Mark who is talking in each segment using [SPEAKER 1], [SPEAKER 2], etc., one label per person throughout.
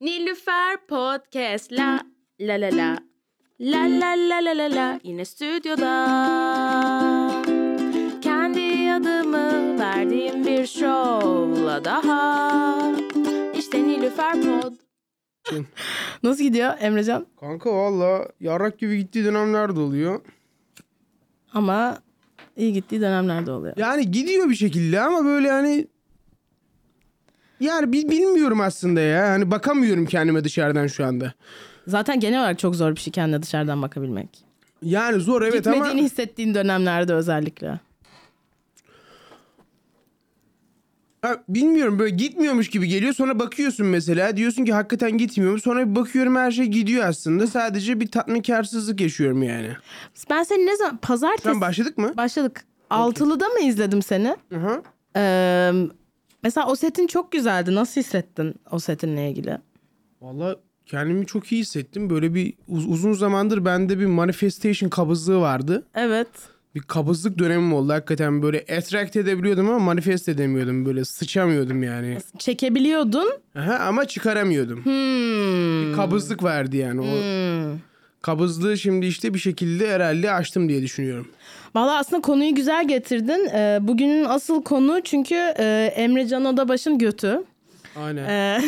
[SPEAKER 1] Nilüfer Podcast la la la la la la la la la la yine stüdyoda kendi adımı verdiğim bir şovla daha işte Nilüfer Pod
[SPEAKER 2] Nasıl gidiyor Emrecan?
[SPEAKER 3] Kanka valla yarrak gibi gittiği dönemler de oluyor.
[SPEAKER 2] Ama iyi gittiği dönemlerde oluyor.
[SPEAKER 3] Yani gidiyor bir şekilde ama böyle hani yani bi- bilmiyorum aslında ya. Hani bakamıyorum kendime dışarıdan şu anda.
[SPEAKER 2] Zaten genel olarak çok zor bir şey kendine dışarıdan bakabilmek.
[SPEAKER 3] Yani zor evet
[SPEAKER 2] Gitmediğini
[SPEAKER 3] ama
[SPEAKER 2] hissettiğin dönemlerde özellikle.
[SPEAKER 3] Ha, bilmiyorum böyle gitmiyormuş gibi geliyor. Sonra bakıyorsun mesela diyorsun ki hakikaten gitmiyorum. Sonra bir bakıyorum her şey gidiyor aslında. Sadece bir tatminkarsızlık yaşıyorum yani.
[SPEAKER 2] Ben seni ne zaman... Pazartesi
[SPEAKER 3] Sen başladık mı?
[SPEAKER 2] başladık. Altılı'da mı izledim seni?
[SPEAKER 3] Aha.
[SPEAKER 2] Ee, mesela o setin çok güzeldi. Nasıl hissettin o setinle ilgili?
[SPEAKER 3] Valla kendimi çok iyi hissettim. Böyle bir uz- uzun zamandır bende bir manifestation kabızlığı vardı.
[SPEAKER 2] Evet.
[SPEAKER 3] bir kabızlık dönemim oldu hakikaten böyle attract edebiliyordum ama manifest edemiyordum böyle sıçamıyordum yani.
[SPEAKER 2] Çekebiliyordun.
[SPEAKER 3] Aha, ama çıkaramıyordum.
[SPEAKER 2] Hmm.
[SPEAKER 3] Bir kabızlık verdi yani o.
[SPEAKER 2] Hmm.
[SPEAKER 3] Kabızlığı şimdi işte bir şekilde herhalde açtım diye düşünüyorum.
[SPEAKER 2] Valla aslında konuyu güzel getirdin. Ee, bugünün asıl konu çünkü e, Emre Can Odabaş'ın götü.
[SPEAKER 3] Aynen.
[SPEAKER 2] Ee,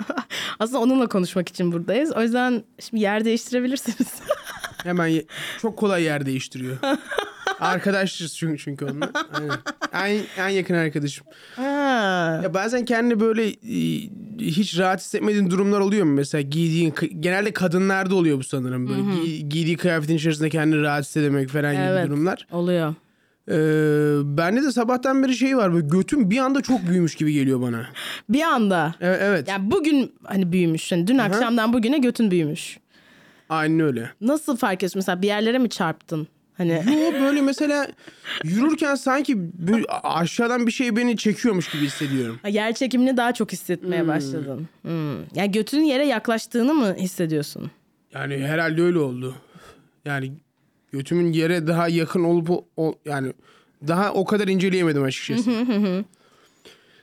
[SPEAKER 2] aslında onunla konuşmak için buradayız. O yüzden şimdi yer değiştirebilirsiniz.
[SPEAKER 3] Hemen ye- çok kolay yer değiştiriyor. Arkadaşız çünkü çünkü onunla. Aynen. En, en yakın arkadaşım.
[SPEAKER 2] Ha.
[SPEAKER 3] Ya bazen kendini böyle e, hiç rahat hissetmediğin durumlar oluyor mu? Mesela giydiğin kı- genelde kadınlarda oluyor bu sanırım böyle. Gi- giydiği kıyafetin içerisinde kendini rahat hissedemek falan
[SPEAKER 2] Evet.
[SPEAKER 3] gibi durumlar.
[SPEAKER 2] Oluyor.
[SPEAKER 3] Ee, bende de sabahtan beri şey var böyle götüm bir anda çok büyümüş gibi geliyor bana.
[SPEAKER 2] Bir anda.
[SPEAKER 3] Evet, evet.
[SPEAKER 2] Yani bugün hani büyümüş. Yani dün akşamdan bugüne götün büyümüş.
[SPEAKER 3] aynen öyle.
[SPEAKER 2] Nasıl fark ediyorsun? Mesela bir yerlere mi çarptın? Hani
[SPEAKER 3] Yo böyle mesela yürürken sanki böyle a- aşağıdan bir şey beni çekiyormuş gibi hissediyorum.
[SPEAKER 2] yer çekimini daha çok hissetmeye başladın. Hmm. Yani götünün yere yaklaştığını mı hissediyorsun?
[SPEAKER 3] Yani herhalde öyle oldu. Yani götümün yere daha yakın olup o- o- yani daha o kadar inceleyemedim açıkçası.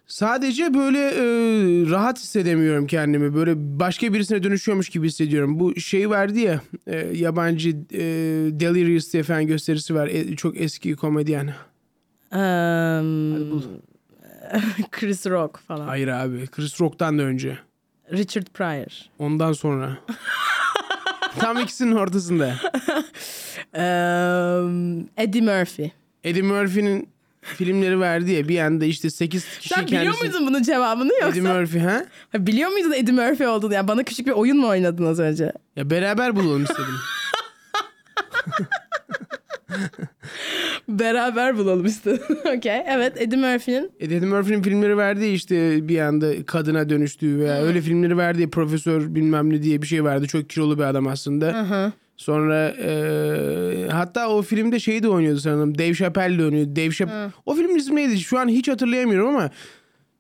[SPEAKER 3] Sadece böyle e, rahat hissedemiyorum kendimi. Böyle başka birisine dönüşüyormuş gibi hissediyorum. Bu şey verdi ya e, yabancı e, Delirious diye falan gösterisi var. E, çok eski komedyen.
[SPEAKER 2] Um, Chris Rock falan.
[SPEAKER 3] Hayır abi Chris Rock'tan da önce.
[SPEAKER 2] Richard Pryor.
[SPEAKER 3] Ondan sonra. Tam ikisinin ortasında.
[SPEAKER 2] Um, Eddie Murphy.
[SPEAKER 3] Eddie Murphy'nin filmleri verdi ya bir anda işte 8 kişi
[SPEAKER 2] Sen biliyor
[SPEAKER 3] kendisi-
[SPEAKER 2] muydun bunun cevabını yoksa?
[SPEAKER 3] Eddie Murphy ha?
[SPEAKER 2] Ha, Biliyor muydun Eddie Murphy olduğunu? Yani bana küçük bir oyun mu oynadın az önce?
[SPEAKER 3] Ya beraber bulalım istedim.
[SPEAKER 2] Beraber bulalım işte. Okey. Evet Eddie Murphy'nin.
[SPEAKER 3] Eddie Murphy'nin filmleri verdi ya işte bir anda kadına dönüştüğü veya öyle filmleri verdi ya profesör bilmem ne diye bir şey verdi. Çok kilolu bir adam aslında. Sonra e, hatta o filmde şeyi de oynuyordu sanırım. Dave Chappelle de oynuyordu. Dave Chappelle. O filmin ismi neydi? Şu an hiç hatırlayamıyorum ama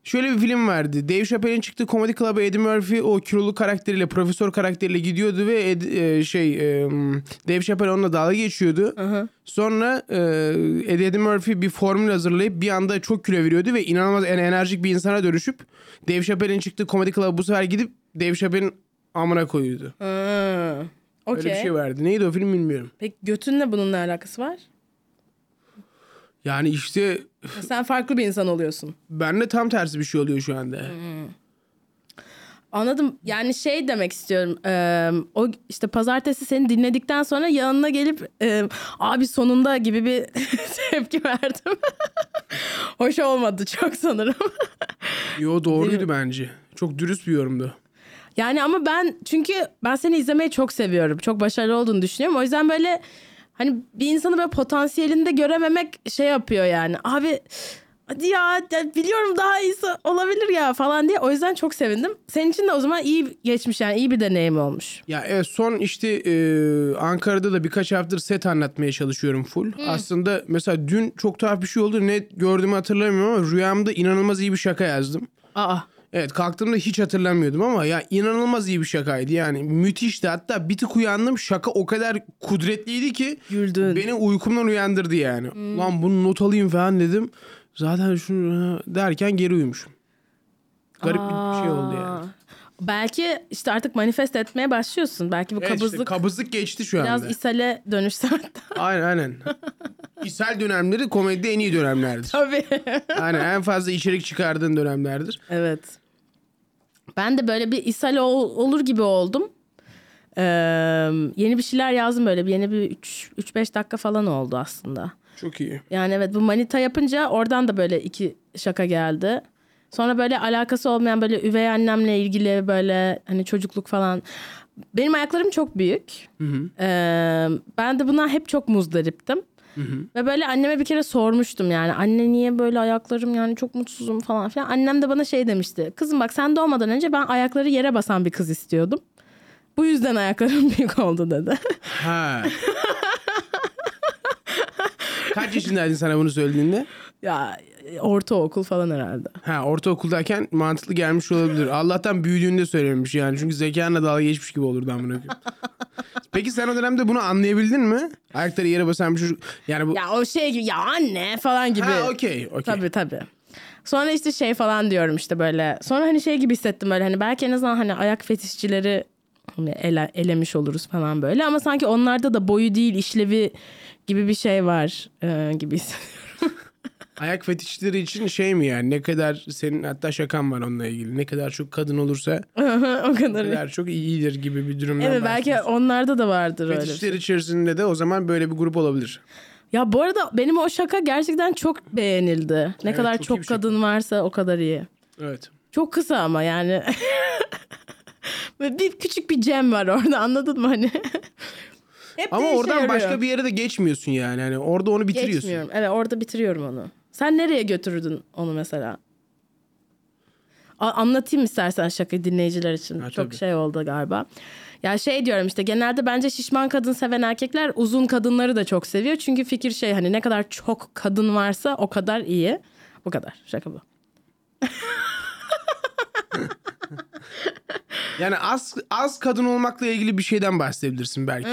[SPEAKER 3] şöyle bir film vardı. Dave Chappelle'in çıktığı Comedy Club'a Eddie Murphy o kilolu karakteriyle, profesör karakteriyle gidiyordu ve Ed- e, şey e, Dave Chappelle onunla dalga geçiyordu. Sonra e, Eddie Murphy bir formül hazırlayıp bir anda çok kilo veriyordu ve inanılmaz en enerjik bir insana dönüşüp Dave Chappelle'in çıktığı Comedy Club'a bu sefer gidip Dave Chappelle'in amına koyuyordu.
[SPEAKER 2] Ha,
[SPEAKER 3] Öyle bir
[SPEAKER 2] Okey.
[SPEAKER 3] şey vardı. Neydi o film bilmiyorum.
[SPEAKER 2] Peki götünle bunun ne alakası var?
[SPEAKER 3] Yani işte
[SPEAKER 2] Ya Sen farklı bir insan oluyorsun.
[SPEAKER 3] bende tam tersi bir şey oluyor şu anda.
[SPEAKER 2] Anladım. Yani şey demek istiyorum. Eee, o işte pazartesi seni dinledikten sonra yanına gelip eee, abi sonunda gibi bir tepki verdim. Hoş olmadı çok sanırım.
[SPEAKER 3] Yo doğruydu bence. Çok dürüst bir yorumdu.
[SPEAKER 2] Yani ama ben çünkü ben seni izlemeyi çok seviyorum. Çok başarılı olduğunu düşünüyorum. O yüzden böyle hani bir insanı böyle potansiyelinde görememek şey yapıyor yani. Abi hadi ya, ya biliyorum daha iyisi olabilir ya falan diye. O yüzden çok sevindim. Senin için de o zaman iyi geçmiş yani iyi bir deneyim olmuş.
[SPEAKER 3] Ya evet son işte e, Ankara'da da birkaç haftadır set anlatmaya çalışıyorum full. Aslında mesela dün çok tuhaf bir şey oldu. Ne gördüğümü hatırlamıyorum ama rüyamda inanılmaz iyi bir şaka yazdım.
[SPEAKER 2] Aa
[SPEAKER 3] Evet kalktığımda hiç hatırlamıyordum ama ya inanılmaz iyi bir şakaydı yani müthişti hatta bir tık uyandım şaka o kadar kudretliydi ki
[SPEAKER 2] güldün.
[SPEAKER 3] beni uykumdan uyandırdı yani. Lan bunu not alayım falan dedim zaten şunu ha, derken geri uyumuşum. Garip bir şey oldu yani.
[SPEAKER 2] Aa. Belki işte artık manifest etmeye başlıyorsun. Belki bu
[SPEAKER 3] Evet işte,
[SPEAKER 2] kabızlık
[SPEAKER 3] kabızlık geçti şu anda.
[SPEAKER 2] biraz ishale dönüşse hatta.
[SPEAKER 3] Aynen aynen. İshal dönemleri komedide en iyi dönemlerdir.
[SPEAKER 2] Tabii.
[SPEAKER 3] Aynen en fazla içerik çıkardığın dönemlerdir.
[SPEAKER 2] evet. Ben de böyle bir ishal ol- olur gibi oldum. Ee, yeni bir şeyler yazdım böyle. bir Yeni bir 3-5 dakika falan oldu aslında.
[SPEAKER 3] Çok iyi.
[SPEAKER 2] Yani evet bu manita yapınca oradan da böyle iki şaka geldi. Sonra böyle alakası olmayan böyle üvey annemle ilgili böyle hani çocukluk falan. Benim ayaklarım çok büyük. Ee, ben de buna hep çok muzdariptim. Ve böyle anneme bir kere sormuştum yani anne niye böyle ayaklarım yani çok mutsuzum falan filan. Annem de bana şey demişti. Kızım bak sen doğmadan önce ben ayakları yere basan bir kız istiyordum. Bu yüzden ayaklarım büyük oldu dedi.
[SPEAKER 3] Ha. Kaç yaşındaydın sana bunu söylediğinde?
[SPEAKER 2] ya ortaokul falan herhalde.
[SPEAKER 3] Ha ortaokuldayken mantıklı gelmiş olabilir. Allah'tan büyüdüğünde söylememiş yani. Çünkü zekanla dalga geçmiş gibi olurdu amına koyayım. Peki sen o dönemde bunu anlayabildin mi? Ayakları yere basan bir çocuk. Yani bu...
[SPEAKER 2] Ya o şey gibi ya anne falan gibi.
[SPEAKER 3] ha okey okey.
[SPEAKER 2] Tabii tabii. Sonra işte şey falan diyorum işte böyle. Sonra hani şey gibi hissettim böyle hani belki en azından hani ayak fetişçileri hani ele- elemiş oluruz falan böyle. Ama sanki onlarda da boyu değil işlevi gibi bir şey var e, gibi hissediyorum.
[SPEAKER 3] Ayak fetişçileri için şey mi yani ne kadar senin hatta şakan var onunla ilgili. Ne kadar çok kadın olursa
[SPEAKER 2] o
[SPEAKER 3] ne
[SPEAKER 2] kadar.
[SPEAKER 3] kadar çok iyidir gibi bir durumdan
[SPEAKER 2] Evet belki
[SPEAKER 3] bahsediyorsun.
[SPEAKER 2] onlarda da vardır öyle. bir şey.
[SPEAKER 3] Fetişler içerisinde de o zaman böyle bir grup olabilir.
[SPEAKER 2] Ya bu arada benim o şaka gerçekten çok beğenildi. Ne kadar
[SPEAKER 3] çok iyi
[SPEAKER 2] çok,
[SPEAKER 3] bir şaka.
[SPEAKER 2] kadın varsa o kadar iyi.
[SPEAKER 3] Evet.
[SPEAKER 2] Çok kısa ama yani. Böyle bir küçük bir cem var orada anladın mı hani? Hep de
[SPEAKER 3] Ama
[SPEAKER 2] işe
[SPEAKER 3] oradan
[SPEAKER 2] yarıyor.
[SPEAKER 3] başka bir yere de geçmiyorsun yani. Hani orada onu bitiriyorsun.
[SPEAKER 2] Geçmiyorum. Evet orada bitiriyorum onu. Sen nereye götürürdün onu mesela? A- anlatayım istersen şakayı dinleyiciler için.
[SPEAKER 3] Ha,
[SPEAKER 2] Çok
[SPEAKER 3] tabii.
[SPEAKER 2] şey oldu galiba. Ya şey diyorum işte genelde bence şişman kadın seven erkekler uzun kadınları da çok seviyor. Çünkü fikir şey hani ne kadar çok kadın varsa o kadar iyi. Bu kadar şaka bu.
[SPEAKER 3] Yani az az kadın olmakla ilgili bir şeyden bahsedebilirsin belki.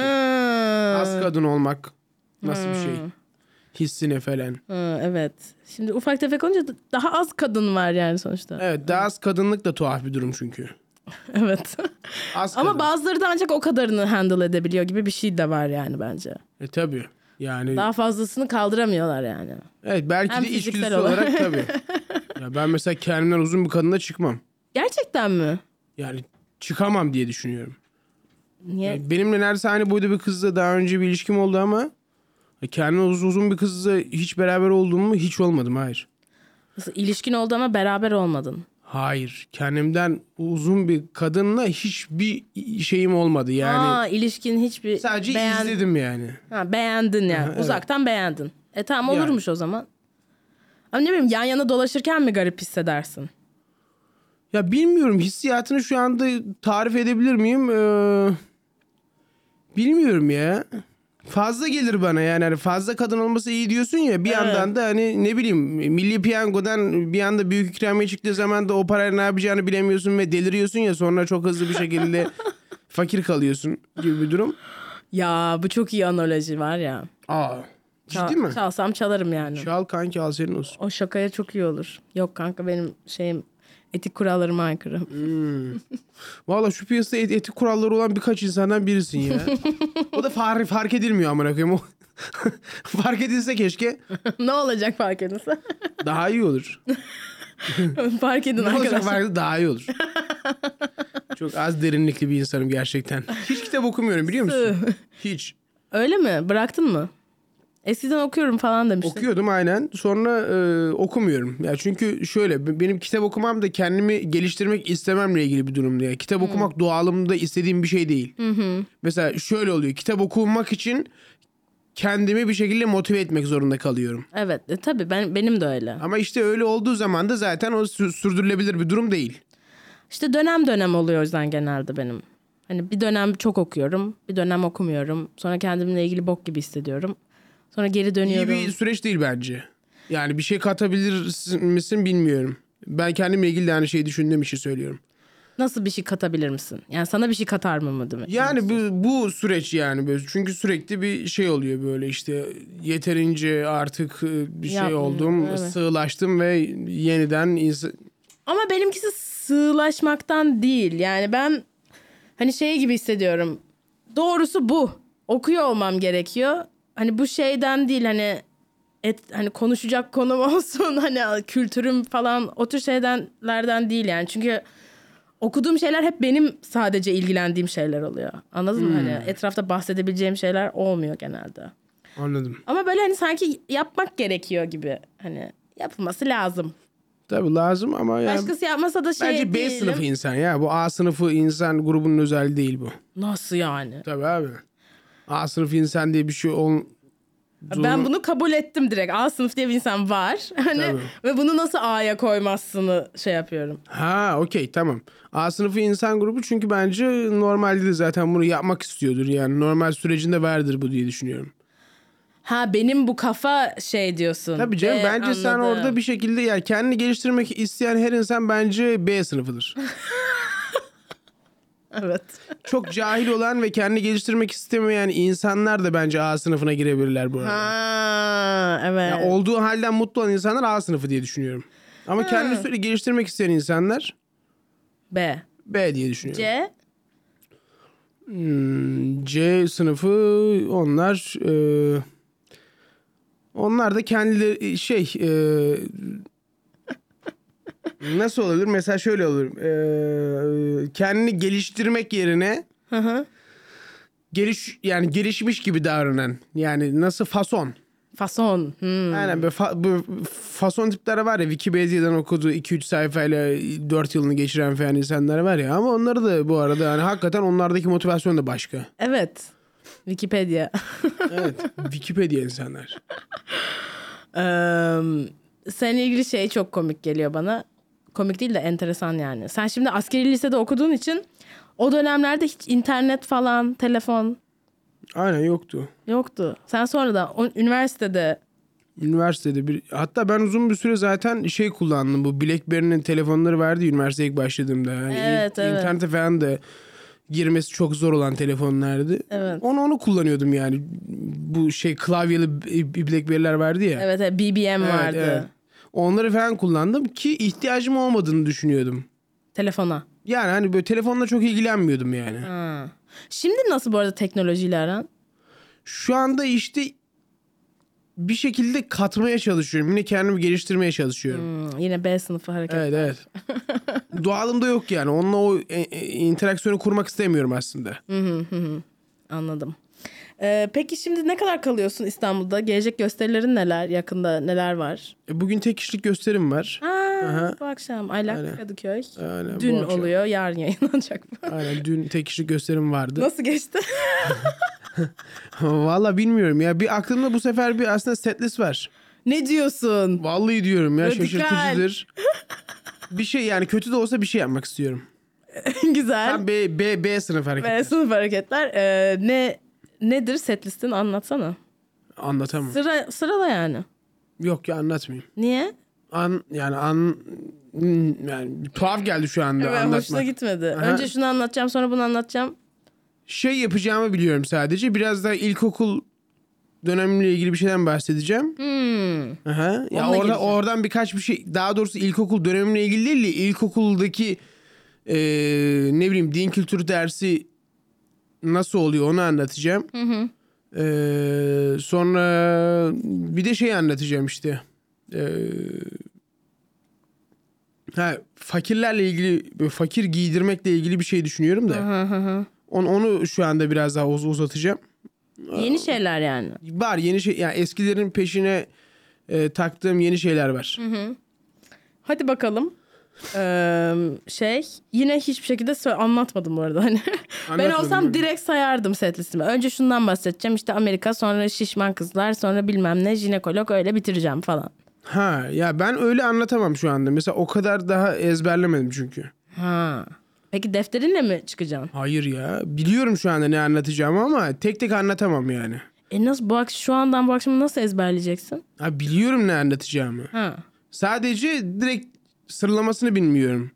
[SPEAKER 3] Az kadın olmak nasıl bir şey? Hissine falan.
[SPEAKER 2] Ha, evet. Şimdi ufak tefek olunca da- daha az kadın var yani sonuçta.
[SPEAKER 3] Evet daha az kadınlık da tuhaf bir durum çünkü.
[SPEAKER 2] Evet.
[SPEAKER 3] Az
[SPEAKER 2] Ama
[SPEAKER 3] kadın.
[SPEAKER 2] bazıları da ancak o kadarını handle edebiliyor gibi bir şey de var yani bence.
[SPEAKER 3] E tabii. Yani
[SPEAKER 2] Daha fazlasını kaldıramıyorlar yani.
[SPEAKER 3] evet belki
[SPEAKER 2] Hem
[SPEAKER 3] de
[SPEAKER 2] fiziksel
[SPEAKER 3] içgüdüsü
[SPEAKER 2] olarak.
[SPEAKER 3] olarak tabii. Ya ben mesela kendimden uzun bir kadına çıkmam.
[SPEAKER 2] Gerçekten mi?
[SPEAKER 3] Yani çıkamam diye düşünüyorum.
[SPEAKER 2] Niye?
[SPEAKER 3] Yani Benimle neredeyse aynı boyda bir kızla daha önce bir ilişkim oldu ama kendime uzun uzun bir kızla hiç beraber olduğum mu? Hiç olmadım hayır.
[SPEAKER 2] Nasıl, ilişkin oldu ama beraber olmadın.
[SPEAKER 3] Hayır. Kendimden uzun bir kadınla hiçbir şeyim olmadı yani.
[SPEAKER 2] Aa ilişkin hiçbir...
[SPEAKER 3] Sadece
[SPEAKER 2] beğen-
[SPEAKER 3] izledim yani.
[SPEAKER 2] Ha, beğendin yani.
[SPEAKER 3] evet.
[SPEAKER 2] Uzaktan beğendin. E tamam
[SPEAKER 3] Yani.
[SPEAKER 2] olurmuş o zaman. Ama ne bileyim yan yana dolaşırken mi garip hissedersin?
[SPEAKER 3] Ya bilmiyorum hissiyatını şu anda tarif edebilir miyim? Ee, bilmiyorum ya. Fazla gelir bana yani Hani fazla kadın olması iyi diyorsun ya bir yandan da hani ne bileyim milli piyangodan bir anda büyük ikramiye çıktığı zaman da o parayla ne yapacağını bilemiyorsun ve deliriyorsun ya sonra çok hızlı bir şekilde fakir kalıyorsun gibi bir durum.
[SPEAKER 2] Ya bu çok iyi analoji var ya.
[SPEAKER 3] Aa
[SPEAKER 2] Çal-
[SPEAKER 3] ciddi mi?
[SPEAKER 2] Çalsam çalarım yani.
[SPEAKER 3] Çal kanki al senin olsun.
[SPEAKER 2] O şakaya çok iyi olur. Yok kanka benim şeyim etik kurallarıma aykırı.
[SPEAKER 3] Valla şu piyasada et- etik kuralları olan birkaç insandan birisin ya. o da far- fark edilmiyor amına koyayım. O- fark edilse keşke
[SPEAKER 2] ne olacak fark edinse?
[SPEAKER 3] daha iyi olur.
[SPEAKER 2] fark edin
[SPEAKER 3] Ne olacak
[SPEAKER 2] arkadaşlar.
[SPEAKER 3] fark edilse daha iyi olur. Çok az derinlikli bir insanım gerçekten. Hiç kitap okumuyorum biliyor musun? Hiç.
[SPEAKER 2] Öyle mi? Bıraktın mı? Eskiden okuyorum falan demiştin.
[SPEAKER 3] Okuyordum aynen. Sonra e, okumuyorum. Ya çünkü şöyle b- benim kitap okumam da kendimi geliştirmek istememle ilgili bir durumdu. ya. kitap okumak doğalımda istediğim bir şey değil. Mesela şöyle oluyor. Kitap okumak için kendimi bir şekilde motive etmek zorunda kalıyorum.
[SPEAKER 2] Evet e, tabii ben, benim de öyle.
[SPEAKER 3] Ama işte öyle olduğu zaman da zaten o sü- sürdürülebilir bir durum değil.
[SPEAKER 2] İşte dönem dönem oluyor o yüzden genelde benim. Hani bir dönem çok okuyorum, bir dönem okumuyorum. Sonra kendimle ilgili bok gibi hissediyorum. Sonra geri
[SPEAKER 3] İyi
[SPEAKER 2] dönüyorum.
[SPEAKER 3] bir süreç değil bence. Yani bir şey katabilir misin bilmiyorum. Ben kendimle ilgili de aynı şeyi düşündüğüm için söylüyorum.
[SPEAKER 2] Nasıl bir şey katabilir misin? Yani sana bir şey katar mı mı demek?
[SPEAKER 3] Yani bu, bu süreç yani böyle çünkü sürekli bir şey oluyor böyle işte yeterince artık e, bir şey
[SPEAKER 2] Yapmıyorum,
[SPEAKER 3] oldum,
[SPEAKER 2] evet.
[SPEAKER 3] sığlaştım ve yeniden ins-
[SPEAKER 2] Ama benimkisi sığlaşmaktan değil. Yani ben hani şey gibi hissediyorum. Doğrusu bu. Okuyor olmam gerekiyor. Hani bu şeyden değil hani et, hani konuşacak konum olsun hani kültürüm falan o tür şeydenlerden değil yani. Çünkü okuduğum şeyler hep benim sadece ilgilendiğim şeyler oluyor. Anladın
[SPEAKER 3] Hmm.
[SPEAKER 2] mı? Hani etrafta bahsedebileceğim şeyler olmuyor genelde.
[SPEAKER 3] Anladım.
[SPEAKER 2] Ama böyle hani sanki yapmak gerekiyor gibi. Hani yapılması lazım.
[SPEAKER 3] Tabii lazım ama yani
[SPEAKER 2] Başkası yapmasa da şey
[SPEAKER 3] bence B
[SPEAKER 2] değilim.
[SPEAKER 3] sınıfı insan ya. Bu A sınıfı insan grubunun özelliği değil bu.
[SPEAKER 2] Nasıl yani?
[SPEAKER 3] Tabii abi. A sınıfı insan diye bir şey ol...
[SPEAKER 2] Ben bunu kabul ettim direkt. A sınıf diye bir insan var. Hani
[SPEAKER 3] Tabii.
[SPEAKER 2] ve bunu nasıl A'ya koymazsını şey yapıyorum.
[SPEAKER 3] Ha okey tamam. A sınıfı insan grubu çünkü bence normalde de zaten bunu yapmak istiyordur. Yani normal sürecinde vardır bu diye düşünüyorum.
[SPEAKER 2] Ha benim bu kafa şey diyorsun.
[SPEAKER 3] Tabii canım
[SPEAKER 2] Ee,
[SPEAKER 3] bence sen
[SPEAKER 2] anladım.
[SPEAKER 3] orada bir şekilde ya kendini geliştirmek isteyen her insan bence B sınıfıdır.
[SPEAKER 2] Evet.
[SPEAKER 3] Çok cahil olan ve kendini geliştirmek istemeyen insanlar da bence A sınıfına girebilirler bu arada.
[SPEAKER 2] Ha evet.
[SPEAKER 3] Ya olduğu halden mutlu olan insanlar A sınıfı diye düşünüyorum. Ama kendini sürekli geliştirmek isteyen insanlar
[SPEAKER 2] B.
[SPEAKER 3] B diye düşünüyorum.
[SPEAKER 2] C.
[SPEAKER 3] Hmm, C sınıfı onlar e, onlar da kendileri şey e, nasıl olabilir? Mesela şöyle olur. E, kendini geliştirmek yerine
[SPEAKER 2] Hı hı.
[SPEAKER 3] geliş yani gelişmiş gibi davranan yani nasıl fason.
[SPEAKER 2] Fason. Hmm.
[SPEAKER 3] Aynen böyle fa- bu fason tipleri var ya Wikipedia'dan okuduğu 2-3 sayfayla 4 yılını geçiren falan insanlar var ya ama onları da bu arada yani hakikaten onlardaki motivasyon da başka.
[SPEAKER 2] Evet. Wikipedia.
[SPEAKER 3] Evet. Wikipedia insanlar.
[SPEAKER 2] Eee, seninle ilgili şey çok komik geliyor bana. Komik değil de enteresan yani. Sen şimdi askeri lisede okuduğun için o dönemlerde hiç internet falan, telefon
[SPEAKER 3] Aynen yoktu.
[SPEAKER 2] yoktu. Sen sonra da o- üniversitede
[SPEAKER 3] Üniversitede bir hatta ben uzun bir süre zaten şey kullandım bu BlackBerry'nin telefonları verdi üniversiteye ilk başladığımda. Yani
[SPEAKER 2] Evet,
[SPEAKER 3] in-
[SPEAKER 2] evet.
[SPEAKER 3] internete falan da girmesi çok zor olan telefonlardı.
[SPEAKER 2] Evet.
[SPEAKER 3] Onu onu kullanıyordum yani. Bu şey klavyeli b- b- BlackBerry'ler vardı ya.
[SPEAKER 2] evet evet, BBM
[SPEAKER 3] Evet,
[SPEAKER 2] vardı.
[SPEAKER 3] evet. Onları falan kullandım ki ihtiyacım olmadığını düşünüyordum.
[SPEAKER 2] Telefona.
[SPEAKER 3] Yani hani böyle telefonla çok ilgilenmiyordum yani.
[SPEAKER 2] Ha. Şimdi nasıl bu arada teknolojiyle aran?
[SPEAKER 3] şu anda işte bir şekilde katmaya çalışıyorum. Yine kendimi geliştirmeye çalışıyorum.
[SPEAKER 2] Hmm, yine B sınıfı hareket.
[SPEAKER 3] Evet evet. Doğalımda yok yani. Onunla o e, e, interaksiyonu kurmak istemiyorum aslında.
[SPEAKER 2] Hmm. Anladım. Eee, peki şimdi ne kadar kalıyorsun İstanbul'da? Gelecek gösterilerin neler? Yakında neler var?
[SPEAKER 3] E, bugün tek kişilik gösterim var.
[SPEAKER 2] Aa,
[SPEAKER 3] Aha.
[SPEAKER 2] bu akşam Aylak
[SPEAKER 3] Aynen.
[SPEAKER 2] Kadıköy.
[SPEAKER 3] Aynen, bu
[SPEAKER 2] Dün
[SPEAKER 3] akşam.
[SPEAKER 2] oluyor, yarın yayınlanacak mı?
[SPEAKER 3] Aynen dün tek kişilik gösterim vardı.
[SPEAKER 2] Nasıl geçti?
[SPEAKER 3] Valla bilmiyorum ya. Bir aklımda bu sefer bir aslında setlist var.
[SPEAKER 2] ne diyorsun?
[SPEAKER 3] Vallahi diyorum ya
[SPEAKER 2] Radikal.
[SPEAKER 3] şaşırtıcıdır. bir şey yani kötü de olsa bir şey yapmak istiyorum.
[SPEAKER 2] Güzel.
[SPEAKER 3] Ben B, B, B sınıf hareketi.
[SPEAKER 2] Ve sınıf hareketler. Ee, ne nedir set listini anlatsana.
[SPEAKER 3] Anlatamam.
[SPEAKER 2] Sıra sırala yani.
[SPEAKER 3] Yok ya anlatmayayım.
[SPEAKER 2] Niye?
[SPEAKER 3] an yani an yani tuhaf geldi şu anda
[SPEAKER 2] Ben hoşuna
[SPEAKER 3] anlatmak.
[SPEAKER 2] gitmedi. Önce şunu anlatacağım, sonra bunu anlatacağım.
[SPEAKER 3] Şey yapacağımı biliyorum sadece. Biraz daha ilkokul dönemimle ilgili bir şeyden bahsedeceğim.
[SPEAKER 2] Hmm.
[SPEAKER 3] Aha. Ya
[SPEAKER 2] Onunla
[SPEAKER 3] orada
[SPEAKER 2] gireceğim.
[SPEAKER 3] oradan birkaç bir şey daha doğrusu ilkokul dönemimle ilgili değil de ilkokuldaki eee, ne bileyim din kültürü dersi nasıl oluyor onu anlatacağım. Eee, sonra bir de şey anlatacağım işte. Eee, ha, fakirlerle ilgili böyle fakir giydirmekle ilgili bir şey düşünüyorum da. Onu, onu şu anda biraz daha uz- uzatacağım.
[SPEAKER 2] Yeni şeyler yani.
[SPEAKER 3] Var yeni şey yani eskilerin peşine e, taktığım yeni şeyler var.
[SPEAKER 2] Hadi bakalım. Ee, şey yine hiçbir şekilde sö- anlatmadım bu arada hani. ben
[SPEAKER 3] Anlatmadın
[SPEAKER 2] olsam
[SPEAKER 3] mı?
[SPEAKER 2] direkt sayardım set listemi. Önce şundan bahsedeceğim işte Amerika sonra şişman kızlar sonra bilmem ne jinekolog öyle bitireceğim falan.
[SPEAKER 3] Ha ya ben öyle anlatamam şu anda. Mesela o kadar daha ezberlemedim çünkü.
[SPEAKER 2] Ha. Peki defterinle mi çıkacaksın?
[SPEAKER 3] Hayır ya. Biliyorum şu anda ne anlatacağımı ama tek tek anlatamam yani.
[SPEAKER 2] E nasıl bu akşam şu andan bu akşamı nasıl ezberleyeceksin?
[SPEAKER 3] Ha biliyorum ne anlatacağımı.
[SPEAKER 2] Ha.
[SPEAKER 3] Sadece direkt sıralamasını bilmiyorum.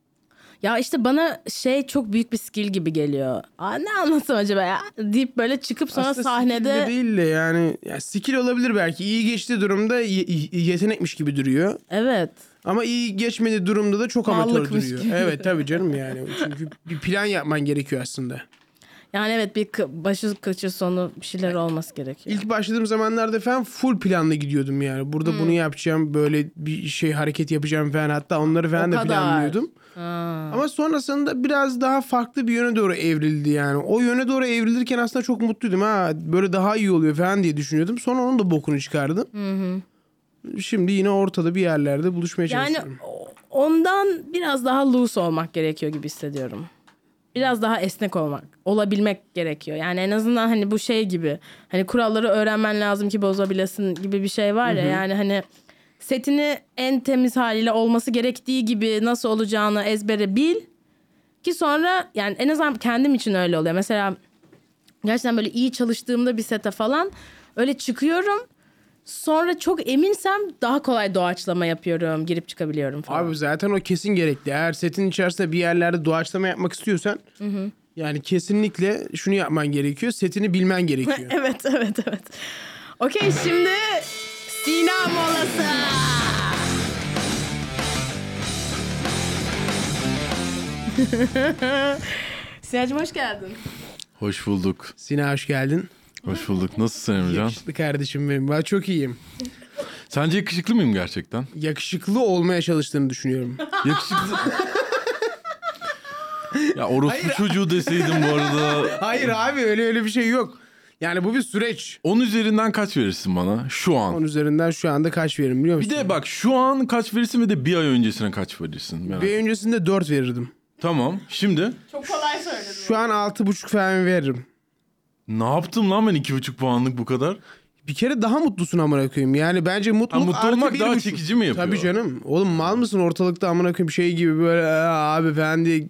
[SPEAKER 2] Ya işte bana şey çok büyük bir skill gibi geliyor. Aa, ne anlatsam acaba ya deyip böyle çıkıp sonra
[SPEAKER 3] Aslında skill de
[SPEAKER 2] sahnede
[SPEAKER 3] değil de yani ya skill olabilir belki. İyi geçti durumda ye- yetenekmiş gibi duruyor.
[SPEAKER 2] evet
[SPEAKER 3] Ama iyi geçmedi durumda da çok amatör
[SPEAKER 2] Mallıkmış
[SPEAKER 3] duruyor.
[SPEAKER 2] gibi.
[SPEAKER 3] Evet tabii canım yani. Çünkü bir plan yapman gerekiyor aslında.
[SPEAKER 2] Yani evet bir kı- başı kaçı sonu bir şeyler olması gerekiyor.
[SPEAKER 3] İlk başladığım zamanlarda falan full planlı gidiyordum yani. Burada
[SPEAKER 2] Hmm.
[SPEAKER 3] bunu yapacağım, böyle bir şey hareket yapacağım falan. Hatta onları falan
[SPEAKER 2] O
[SPEAKER 3] da
[SPEAKER 2] kadar.
[SPEAKER 3] planlıyordum.
[SPEAKER 2] Ha.
[SPEAKER 3] Ama sonrasında biraz daha farklı bir yöne doğru evrildi yani. O yöne doğru evrilirken aslında çok mutluydum. Ha böyle daha iyi oluyor falan diye düşünüyordum. Sonra onun da bokunu çıkardım. Şimdi yine ortada bir yerlerde buluşmaya
[SPEAKER 2] Yani
[SPEAKER 3] çalışıyorum.
[SPEAKER 2] o- ondan biraz daha loose olmak gerekiyor gibi hissediyorum. Biraz daha esnek olmak, olabilmek gerekiyor. Yani en azından hani bu şey gibi. Hani kuralları öğrenmen lazım ki bozabilesin gibi bir şey var ya. Yani hani setini en temiz haliyle olması gerektiği gibi nasıl olacağını ezbere bil. Ki sonra yani en azından kendim için öyle oluyor. Mesela gerçekten böyle iyi çalıştığımda bir sete falan öyle çıkıyorum. Sonra çok eminsem daha kolay doğaçlama yapıyorum. Girip çıkabiliyorum falan.
[SPEAKER 3] Abi zaten o kesin gerekli. Eğer setin içerisinde bir yerlerde doğaçlama yapmak istiyorsan yani kesinlikle şunu yapman gerekiyor. Setini bilmen gerekiyor.
[SPEAKER 2] evet evet evet. Okey şimdi Sina molası. Sinacığım hoş geldin.
[SPEAKER 4] Hoş bulduk.
[SPEAKER 3] Sina hoş geldin.
[SPEAKER 4] Hoş bulduk. Nasılsın Emircan?
[SPEAKER 3] Yakışıklı kardeşim benim. Ben çok iyiyim.
[SPEAKER 4] Sence yakışıklı mıyım gerçekten?
[SPEAKER 3] Yakışıklı olmaya çalıştığını düşünüyorum.
[SPEAKER 4] Yakışıklı... ya orospu çocuğu deseydim bu arada.
[SPEAKER 3] Hayır abi öyle öyle bir şey yok. Yani bu bir süreç.
[SPEAKER 4] 10 üzerinden kaç verirsin bana şu
[SPEAKER 3] Onun
[SPEAKER 4] an?
[SPEAKER 3] üzerinden şu anda kaç veririm biliyor
[SPEAKER 4] Bir
[SPEAKER 3] musun?
[SPEAKER 4] de bak şu an kaç verirsin ve de bir ay öncesine kaç verirsin? Merak
[SPEAKER 3] Bir öncesinde 4 verirdim.
[SPEAKER 4] Tamam. Şimdi
[SPEAKER 2] Çok kolay söyledin.
[SPEAKER 3] Şu an 6,5 falan veririm.
[SPEAKER 4] ne yaptım lan ben 2,5 puanlık bu kadar?
[SPEAKER 3] Bir kere daha mutlusun amına koyayım. Yani bence mutluluk
[SPEAKER 4] Ha, mutlu
[SPEAKER 3] artı
[SPEAKER 4] olmak
[SPEAKER 3] bir
[SPEAKER 4] daha
[SPEAKER 3] buçuk.
[SPEAKER 4] çekici mi yapıyor?
[SPEAKER 3] Tabii canım. Oğlum mal mısın ortalıkta amına koyayım şey gibi böyle "Ee, abi falan diye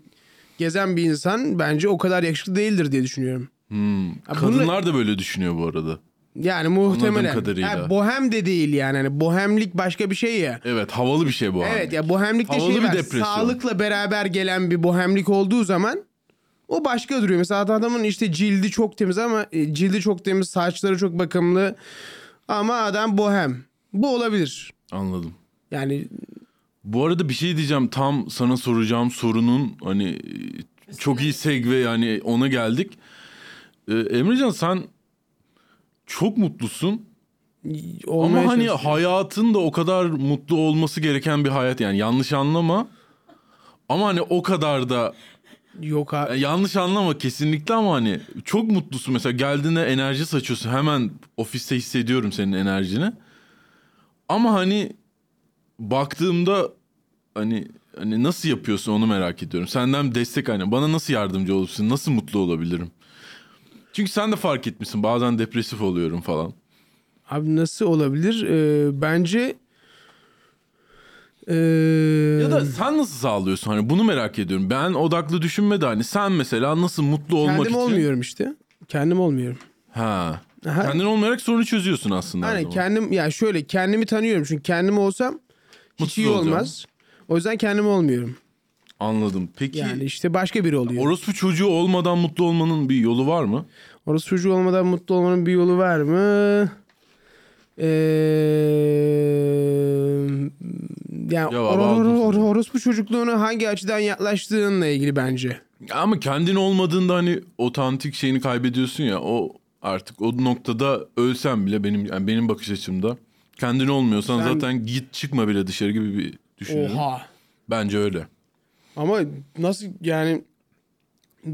[SPEAKER 3] gezen bir insan bence o kadar yakışıklı değildir diye düşünüyorum. Ha, bunu-
[SPEAKER 4] Kadınlar da böyle düşünüyor bu arada.
[SPEAKER 3] yani muhtemelen.
[SPEAKER 4] Anladığım kadarıyla.
[SPEAKER 3] Ha, bohem de değil yani. Hani bohemlik başka bir şey ya.
[SPEAKER 4] Evet havalı bir şey bu.
[SPEAKER 3] Evet
[SPEAKER 4] abi.
[SPEAKER 3] ya bohemlikte
[SPEAKER 4] Havalı
[SPEAKER 3] şey
[SPEAKER 4] bir
[SPEAKER 3] var.
[SPEAKER 4] depresyon.
[SPEAKER 3] Sağlıkla beraber gelen bir bohemlik olduğu zaman o başka duruyor. Mesela adamın işte cildi çok temiz ama e, cildi çok temiz, saçları çok bakımlı ama adam bohem. Bu olabilir.
[SPEAKER 4] Anladım.
[SPEAKER 3] Yani
[SPEAKER 4] Bu arada bir şey diyeceğim tam sana soracağım sorunun hani e, çok iyi segue yani ona geldik. Ee, Emrecan sen çok mutlusun ama
[SPEAKER 3] olmaya
[SPEAKER 4] hani
[SPEAKER 3] çalışıyor.
[SPEAKER 4] hayatın da o kadar mutlu olması gereken bir hayat yani yanlış anlama. Ama hani o kadar da
[SPEAKER 3] yok abi.
[SPEAKER 4] yani E, yanlış anlama kesinlikle ama hani çok mutlusun mesela geldiğinde enerji saçıyorsun hemen ofiste hissediyorum senin enerjini. Ama hani baktığımda hani hani nasıl yapıyorsun onu merak ediyorum. Senden destek hani bana nasıl yardımcı olursun? Nasıl mutlu olabilirim? Çünkü sen de fark etmişsin bazen depresif oluyorum falan.
[SPEAKER 3] Abi nasıl olabilir? Ee, bence ee,
[SPEAKER 4] Ya da sen nasıl sağlıyorsun hani bunu merak ediyorum. Ben odaklı düşünme de hani sen mesela nasıl mutlu olmak
[SPEAKER 3] kendim
[SPEAKER 4] için.
[SPEAKER 3] olmuyorum işte. Kendim olmuyorum.
[SPEAKER 4] Ha. Kendin olmayarak sorunu çözüyorsun aslında. her
[SPEAKER 3] Hani
[SPEAKER 4] zaman.
[SPEAKER 3] kendim ya şöyle kendimi tanıyorum çünkü kendim olsam hiç
[SPEAKER 4] Mutsuz
[SPEAKER 3] iyi
[SPEAKER 4] olacağım.
[SPEAKER 3] olmaz. O yüzden kendim olmuyorum.
[SPEAKER 4] Anladım. Peki
[SPEAKER 3] Yani işte başka biri oluyor.
[SPEAKER 4] orospu çocuğu olmadan mutlu olmanın bir yolu var mı?
[SPEAKER 3] Orası çocuğu olmadan mutlu olmanın bir yolu var mı? Ee, yani
[SPEAKER 4] Ya
[SPEAKER 3] or,
[SPEAKER 4] abi,
[SPEAKER 3] or,
[SPEAKER 4] aldım
[SPEAKER 3] or,
[SPEAKER 4] seni.
[SPEAKER 3] orospu çocukluğuna hangi açıdan yaklaştığınla ilgili bence.
[SPEAKER 4] Ama kendin olmadığında hani otantik şeyini kaybediyorsun ya o artık o noktada ölsem bile benim yani benim bakış açımda kendin olmuyorsan
[SPEAKER 3] Sen-
[SPEAKER 4] zaten git çıkma bile dışarı gibi bir düşünüyorum.
[SPEAKER 3] Oha.
[SPEAKER 4] Bence öyle.
[SPEAKER 3] Ama nasıl yani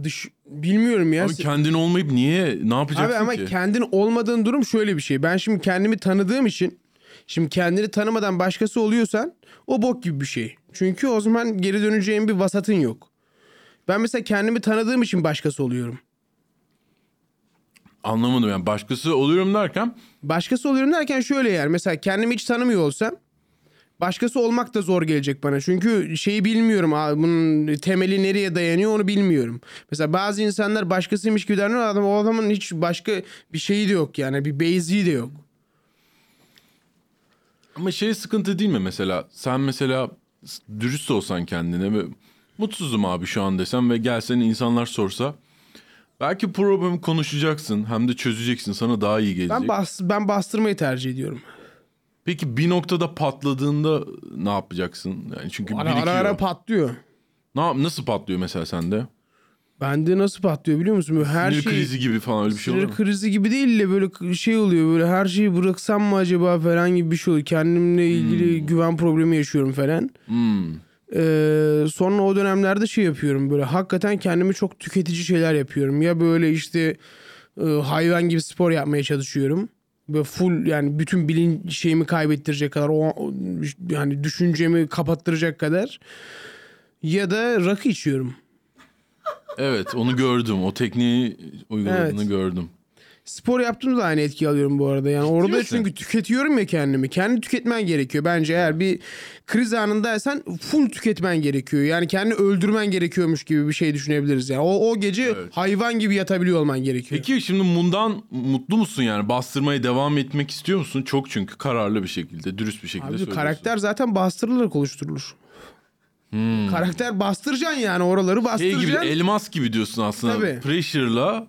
[SPEAKER 3] dış bilmiyorum ya.
[SPEAKER 4] Abi kendin olmayıp niye ne yapacaksın
[SPEAKER 3] Abi ama
[SPEAKER 4] ki?
[SPEAKER 3] kendin olmadığın durum şöyle bir şey. Ben şimdi kendimi tanıdığım için şimdi kendini tanımadan başkası oluyorsan o bok gibi bir şey. Çünkü o zaman geri döneceğin bir vasatın yok. Ben mesela kendimi tanıdığım için başkası oluyorum.
[SPEAKER 4] Anlamadım yani başkası oluyorum derken
[SPEAKER 3] Başkası oluyorum derken şöyle yani mesela kendimi hiç tanımıyor olsam başkası olmak da zor gelecek bana. Çünkü şeyi bilmiyorum abi, bunun temeli nereye dayanıyor onu bilmiyorum. Mesela bazı insanlar başkasıymış gibi davranıyor adam o adamın hiç başka bir şeyi de yok yani bir base'i de yok.
[SPEAKER 4] ama şey sıkıntı değil mi mesela sen mesela s- dürüst olsan kendine ve mutsuzum abi şu an desem ve gelsen insanlar sorsa belki problemi konuşacaksın hem de çözeceksin sana daha iyi gelecek.
[SPEAKER 3] Ben bas, ben bastırmayı tercih ediyorum.
[SPEAKER 4] Peki bir noktada patladığında ne yapacaksın? Yani çünkü
[SPEAKER 3] Ara
[SPEAKER 4] birikiyor.
[SPEAKER 3] ara, ara patlıyor.
[SPEAKER 4] ne yap- nasıl patlıyor mesela sende?
[SPEAKER 3] Bende nasıl patlıyor biliyor musun? Böyle her
[SPEAKER 4] Sinir
[SPEAKER 3] şey
[SPEAKER 4] krizi gibi falan öyle bir şey olur
[SPEAKER 3] sinir
[SPEAKER 4] mu?
[SPEAKER 3] krizi gibi değil de böyle k- şey oluyor böyle her şeyi bıraksam mı acaba falan gibi bir şey oluyor. Kendimle ilgili güven problemi yaşıyorum falan.
[SPEAKER 4] Hmm.
[SPEAKER 3] Ee, sonra o dönemlerde şey yapıyorum böyle hakikaten kendimi çok tüketici şeyler yapıyorum. Ya böyle işte e, hayvan gibi spor yapmaya çalışıyorum. Böyle full yani bütün bilin şeyimi kaybettirecek kadar o, o- yani düşüncemi kapattıracak kadar. Ya da rakı içiyorum.
[SPEAKER 4] Evet onu gördüm. O tekniği uyguladığını
[SPEAKER 3] Evet.
[SPEAKER 4] gördüm.
[SPEAKER 3] Spor yaptığımda da aynı etki alıyorum bu arada. Yani orada
[SPEAKER 4] misin?
[SPEAKER 3] çünkü tüketiyorum ya kendimi. Kendi tüketmen gerekiyor. Bence eğer bir kriz anındaysan full tüketmen gerekiyor. Yani kendini öldürmen gerekiyormuş gibi bir şey düşünebiliriz. Yani o, o gece
[SPEAKER 4] Evet.
[SPEAKER 3] hayvan gibi yatabiliyor olman gerekiyor.
[SPEAKER 4] Peki şimdi bundan mutlu musun yani? Bastırmaya devam etmek istiyor musun? Çok çünkü kararlı bir şekilde, dürüst bir şekilde
[SPEAKER 3] Abi
[SPEAKER 4] söylüyorsun.
[SPEAKER 3] karakter zaten bastırılarak oluşturulur. Karakter bastıracaksın yani oraları
[SPEAKER 4] Hmm. şey gibi
[SPEAKER 3] bastıracaksın.
[SPEAKER 4] elmas gibi diyorsun aslında.
[SPEAKER 3] Tabii.
[SPEAKER 4] Pressure'la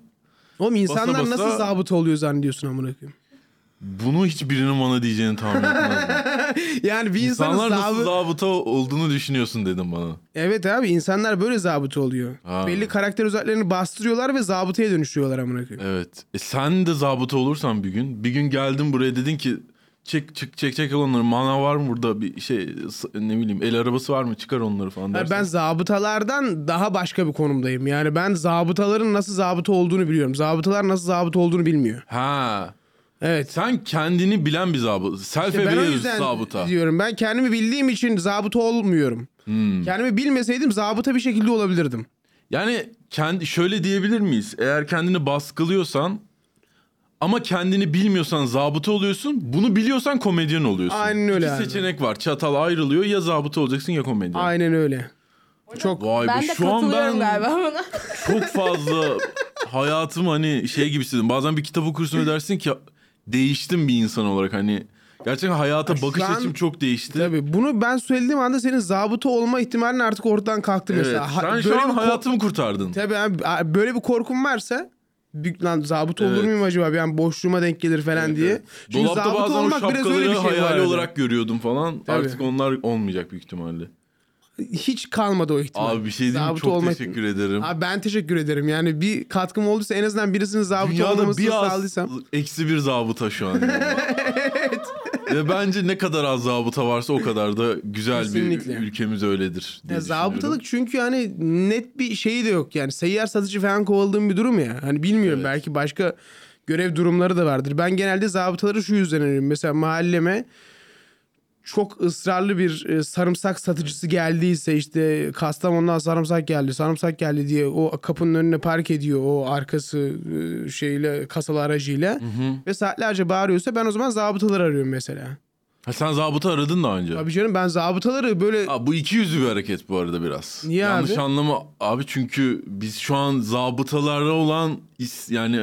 [SPEAKER 3] Oğlum insanlar
[SPEAKER 4] basa basa-
[SPEAKER 3] nasıl zabıta oluyor zannediyorsun amına koyayım.
[SPEAKER 4] bunu hiçbirinin bana diyeceğini tahmin etmezdim.
[SPEAKER 3] Yani bir insanın
[SPEAKER 4] İnsanlar nasıl
[SPEAKER 3] zabı-
[SPEAKER 4] zabıta olduğunu düşünüyorsun dedim bana.
[SPEAKER 3] Evet abi insanlar böyle zabıta oluyor.
[SPEAKER 4] Ha.
[SPEAKER 3] Belli karakter özelliklerini bastırıyorlar ve zabıtaya dönüşüyorlar amına koyayım.
[SPEAKER 4] Evet. E sen de zabıta olursan bir gün, bir gün geldin buraya dedin ki çek çek çek çek onları. Mana var mı burada bir şey s- ne bileyim el arabası var mı çıkar onları falan
[SPEAKER 3] Yani
[SPEAKER 4] dersen.
[SPEAKER 3] ben zabıtalardan daha başka bir konumdayım. Yani ben zabıtaların nasıl zabıta olduğunu biliyorum. Zabıtalar nasıl zabıta olduğunu bilmiyor.
[SPEAKER 4] Ha.
[SPEAKER 3] Evet.
[SPEAKER 4] Sen kendini bilen bir zabıta. Self
[SPEAKER 3] İşte ben o
[SPEAKER 4] aware
[SPEAKER 3] yüzden
[SPEAKER 4] zabıta.
[SPEAKER 3] diyorum. Ben kendimi bildiğim için zabıta olmuyorum.
[SPEAKER 4] Hmm.
[SPEAKER 3] Kendimi bilmeseydim zabıta bir şekilde olabilirdim.
[SPEAKER 4] Yani kendi şöyle diyebilir miyiz? Eğer kendini baskılıyorsan ama kendini bilmiyorsan zabıta oluyorsun. Bunu biliyorsan komedyen oluyorsun.
[SPEAKER 3] Aynen öyle
[SPEAKER 4] İki
[SPEAKER 3] abi.
[SPEAKER 4] seçenek var. Çatal ayrılıyor. Ya zabıta olacaksın ya komedyen.
[SPEAKER 3] Aynen öyle. Çok
[SPEAKER 4] Vay
[SPEAKER 1] Ben
[SPEAKER 4] be
[SPEAKER 1] de
[SPEAKER 4] şu an ben
[SPEAKER 1] katılıyorum galiba buna.
[SPEAKER 4] çok fazla hayatım hani şey gibi istedim. Bazen bir kitap okursun ve dersin ki değiştim bir insan olarak hani. Gerçekten hayata
[SPEAKER 3] Şu
[SPEAKER 4] bakış
[SPEAKER 3] an-
[SPEAKER 4] açım çok değişti.
[SPEAKER 3] tabii bunu ben söylediğim anda senin zabıta olma ihtimalin artık ortadan kalktı
[SPEAKER 4] Evet.
[SPEAKER 3] mesela. Ha-
[SPEAKER 4] Sen şu
[SPEAKER 3] böyle
[SPEAKER 4] an
[SPEAKER 3] bir ko-
[SPEAKER 4] hayatımı kurtardın.
[SPEAKER 3] Tabii abi, a- böyle bir korkum varsa büyük lan zabıt olur
[SPEAKER 4] Evet.
[SPEAKER 3] muyum acaba? Yani boşluğuma denk gelir falan diye. Çünkü
[SPEAKER 4] Dolapta
[SPEAKER 3] zabıta
[SPEAKER 4] bazen o şapkaları
[SPEAKER 3] şey bu
[SPEAKER 4] hayali
[SPEAKER 3] arada.
[SPEAKER 4] olarak görüyordum falan.
[SPEAKER 3] Tabii.
[SPEAKER 4] Artık onlar olmayacak büyük ihtimalle.
[SPEAKER 3] hiç kalmadı o ihtimal.
[SPEAKER 4] Abi bir şey diyeyim mi?
[SPEAKER 3] Zabıta
[SPEAKER 4] çok
[SPEAKER 3] olma-
[SPEAKER 4] teşekkür ederim.
[SPEAKER 3] Abi ben teşekkür ederim. Yani bir katkım olduysa en azından birisinin zabıta
[SPEAKER 4] Dünyada
[SPEAKER 3] olmamasını
[SPEAKER 4] bir az
[SPEAKER 3] sağladıysam.
[SPEAKER 4] eksi bir zabıta şu an. Ve bence ne kadar az zabıta varsa o kadar da güzel
[SPEAKER 3] Kesinlikle.
[SPEAKER 4] bir ülkemiz öyledir. diye
[SPEAKER 3] Ya
[SPEAKER 4] düşünüyorum.
[SPEAKER 3] zabıtalık çünkü hani net bir şeyi de yok yani. Seyyar satıcı falan kovaladığım bir durum ya. Hani bilmiyorum belki başka görev durumları da vardır. Ben genelde zabıtaları şu yüzden arıyorum. Mesela mahalleme çok ısrarlı bir e, sarımsak satıcısı geldiyse işte Kastamonu'dan sarımsak geldi, sarımsak geldi diye o kapının önüne park ediyor o arkası e, şeyle kasalı aracıyla ve saatlerce bağırıyorsa ben o zaman zabıtaları arıyorum mesela.
[SPEAKER 4] Ha, sen zabıta aradın daha önce.
[SPEAKER 3] Abi canım ben zabıtaları böyle
[SPEAKER 4] Aa, bu iki yüzlü bir hareket bu arada biraz.
[SPEAKER 3] Niye
[SPEAKER 4] Yanlış
[SPEAKER 3] abi?
[SPEAKER 4] anlama abi çünkü biz şu an zabıtalara olan is- yani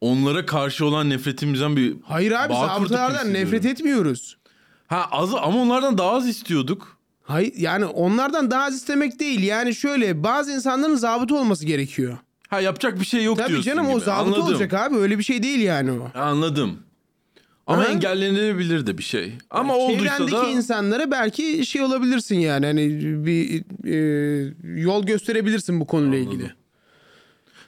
[SPEAKER 4] onlara karşı olan nefretimizden bir
[SPEAKER 3] hayır abi
[SPEAKER 4] bağ kurduk
[SPEAKER 3] zabıtalardan
[SPEAKER 4] biz
[SPEAKER 3] nefret
[SPEAKER 4] diyorum.
[SPEAKER 3] etmiyoruz.
[SPEAKER 4] Ha az ama onlardan daha az istiyorduk.
[SPEAKER 3] Hayır yani onlardan daha az istemek değil. Yani şöyle bazı insanların zabıta olması gerekiyor.
[SPEAKER 4] Ha yapacak bir şey yok
[SPEAKER 3] Tabii
[SPEAKER 4] diyorsun
[SPEAKER 3] canım o
[SPEAKER 4] gibi.
[SPEAKER 3] zabıta
[SPEAKER 4] Anladım.
[SPEAKER 3] olacak abi öyle bir şey değil yani o.
[SPEAKER 4] Anladım. Ama
[SPEAKER 3] Aha.
[SPEAKER 4] engellenebilir de bir şey. Ama olduysa
[SPEAKER 3] Çevrendeki
[SPEAKER 4] da
[SPEAKER 3] insanlara belki şey olabilirsin yani hani bir e, yol gösterebilirsin bu konuyla ilgili.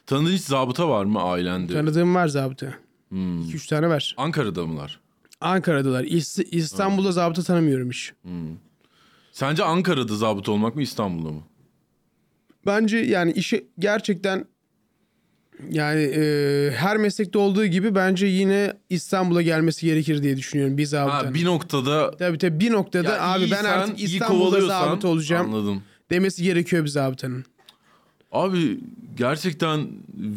[SPEAKER 4] tanıdığın hiç zabıta var mı ailende?
[SPEAKER 3] Tanıdığım var zabıta. 2-3
[SPEAKER 4] Hmm.
[SPEAKER 3] tane var.
[SPEAKER 4] Ankara'da mılar?
[SPEAKER 3] Ankara'dalar. İs- İstanbul'da zabıta tanımıyorum hiç.
[SPEAKER 4] Sence Ankara'da zabıta olmak mı İstanbul'da mı?
[SPEAKER 3] Bence yani işi gerçekten yani e, her meslekte olduğu gibi bence yine İstanbul'a gelmesi gerekir diye düşünüyorum bir zabıtanın.
[SPEAKER 4] Ha, bir noktada
[SPEAKER 3] Tabii tabii bir noktada
[SPEAKER 4] Ya
[SPEAKER 3] abi ben
[SPEAKER 4] iyisen,
[SPEAKER 3] artık
[SPEAKER 4] iyi
[SPEAKER 3] İstanbul'da
[SPEAKER 4] kovalıyorsan-
[SPEAKER 3] zabıta olacağım
[SPEAKER 4] Anladım.
[SPEAKER 3] demesi gerekiyor bir zabıtanın.
[SPEAKER 4] Abi gerçekten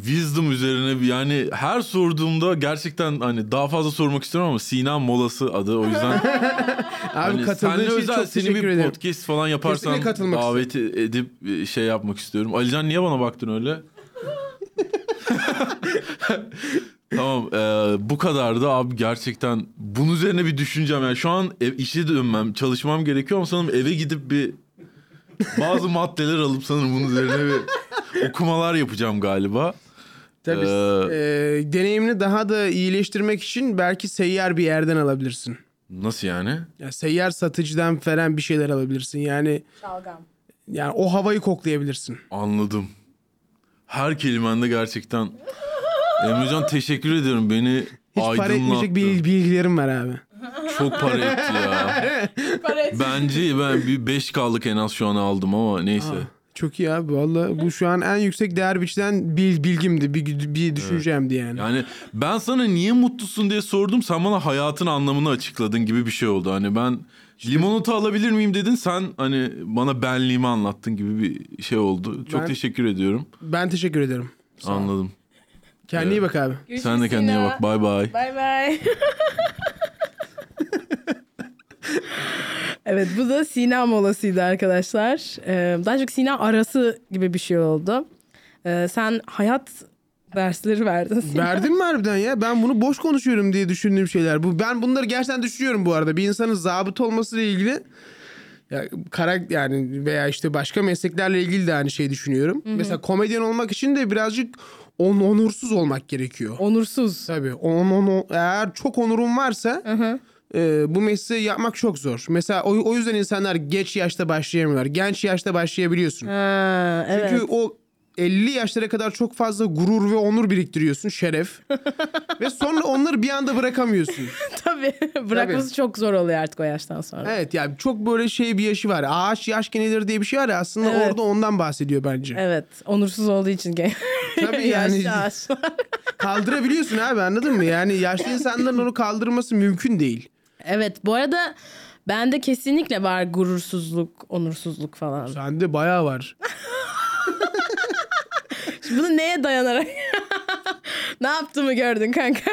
[SPEAKER 4] wisdom üzerine bir- yani her sorduğumda gerçekten hani daha fazla sormak istiyorum ama Sinan Molası adı o yüzden
[SPEAKER 3] Abi
[SPEAKER 4] hani
[SPEAKER 3] katıldığın
[SPEAKER 4] senle
[SPEAKER 3] için
[SPEAKER 4] özel
[SPEAKER 3] çok
[SPEAKER 4] seni
[SPEAKER 3] teşekkür
[SPEAKER 4] bir
[SPEAKER 3] ederim.
[SPEAKER 4] podcast falan yaparsan
[SPEAKER 3] Kesinlikle katılmak
[SPEAKER 4] davet edip e, şey yapmak istiyorum. Alican niye bana baktın öyle? tamam e, bu kadardı abi gerçekten bunun üzerine bir düşüneceğim yani şu an ev, işe dönmem çalışmam gerekiyor ama sanırım eve gidip bir bazı maddeler alıp sanırım bunun üzerine bir okumalar yapacağım galiba.
[SPEAKER 3] Tabii.
[SPEAKER 4] Ee,
[SPEAKER 3] e, deneyimini daha da iyileştirmek için belki seyyar bir yerden alabilirsin.
[SPEAKER 4] Nasıl yani?
[SPEAKER 3] Ya seyyar satıcıdan falan bir şeyler alabilirsin. Yani
[SPEAKER 2] Şalgam.
[SPEAKER 3] yani o havayı koklayabilirsin.
[SPEAKER 4] Anladım. Her kelimende gerçekten. Emrecan teşekkür ediyorum. Beni
[SPEAKER 3] Hiç para
[SPEAKER 4] aydınlattı.
[SPEAKER 3] etmeyecek bil- bilgilerim var abi.
[SPEAKER 4] Çok para etti ya. Bence ben bir 5 kaldık en az şu an aldım ama neyse.
[SPEAKER 3] Çok iyi abi valla bu şu an en yüksek değer biçten bil, bilgimdi bir, bir düşüncemdi yani.
[SPEAKER 4] Yani ben sana niye mutlusun diye sordum. Sen bana hayatın anlamını açıkladın gibi bir şey oldu. Hani ben limonata alabilir miyim dedin. Sen hani bana benliğimi anlattın gibi bir şey oldu. Çok
[SPEAKER 3] Ben-
[SPEAKER 4] teşekkür ediyorum.
[SPEAKER 3] Ben teşekkür ederim.
[SPEAKER 4] Anladım.
[SPEAKER 3] Kendine iyi bak abi.
[SPEAKER 4] Sen de kendine bak. Bay bay.
[SPEAKER 2] Bay bay. evet bu da Sina molasıydı arkadaşlar. Ee, daha çok Sina arası gibi bir şey oldu. Ee, sen hayat dersleri verdin Sina.
[SPEAKER 3] Verdin mi harbiden ya? Ben bunu boş konuşuyorum diye düşündüğüm şeyler. Bu ben bunları gerçekten düşünüyorum bu arada. Bir insanın zabıt olmasıyla ilgili ya karak yani veya işte başka mesleklerle ilgili de aynı şey düşünüyorum. Mesela komedyen olmak için de birazcık on onursuz olmak gerekiyor.
[SPEAKER 2] Onursuz.
[SPEAKER 3] Tabii. On, on, on- eğer çok onurum varsa e, bu mesleği yapmak çok zor. Mesela o, o yüzden insanlar geç yaşta başlayamıyorlar. Genç yaşta başlayabiliyorsun.
[SPEAKER 2] Ha, evet.
[SPEAKER 3] Çünkü o 50 yaşlara kadar çok fazla gurur ve onur biriktiriyorsun, şeref. ve sonra onları bir anda bırakamıyorsun.
[SPEAKER 2] Tabii. Bırakması çok zor oluyor artık o yaştan sonra.
[SPEAKER 3] Evet yani çok böyle şey bir yaşı var. Ağaç yaş genelir diye bir şey var ya aslında
[SPEAKER 2] Evet.
[SPEAKER 3] orada ondan bahsediyor bence.
[SPEAKER 2] Evet. Onursuz olduğu için. gen-
[SPEAKER 3] Tabii yani.
[SPEAKER 2] Yaş, yaş.
[SPEAKER 3] Kaldırabiliyorsun abi anladın mı? Yani yaşlı insanların onu kaldırması mümkün değil.
[SPEAKER 2] evet bu arada bende kesinlikle var gurursuzluk, onursuzluk falan.
[SPEAKER 3] Sende bayağı var.
[SPEAKER 2] Bunu neye dayanarak? ne yaptığımı gördün kanka.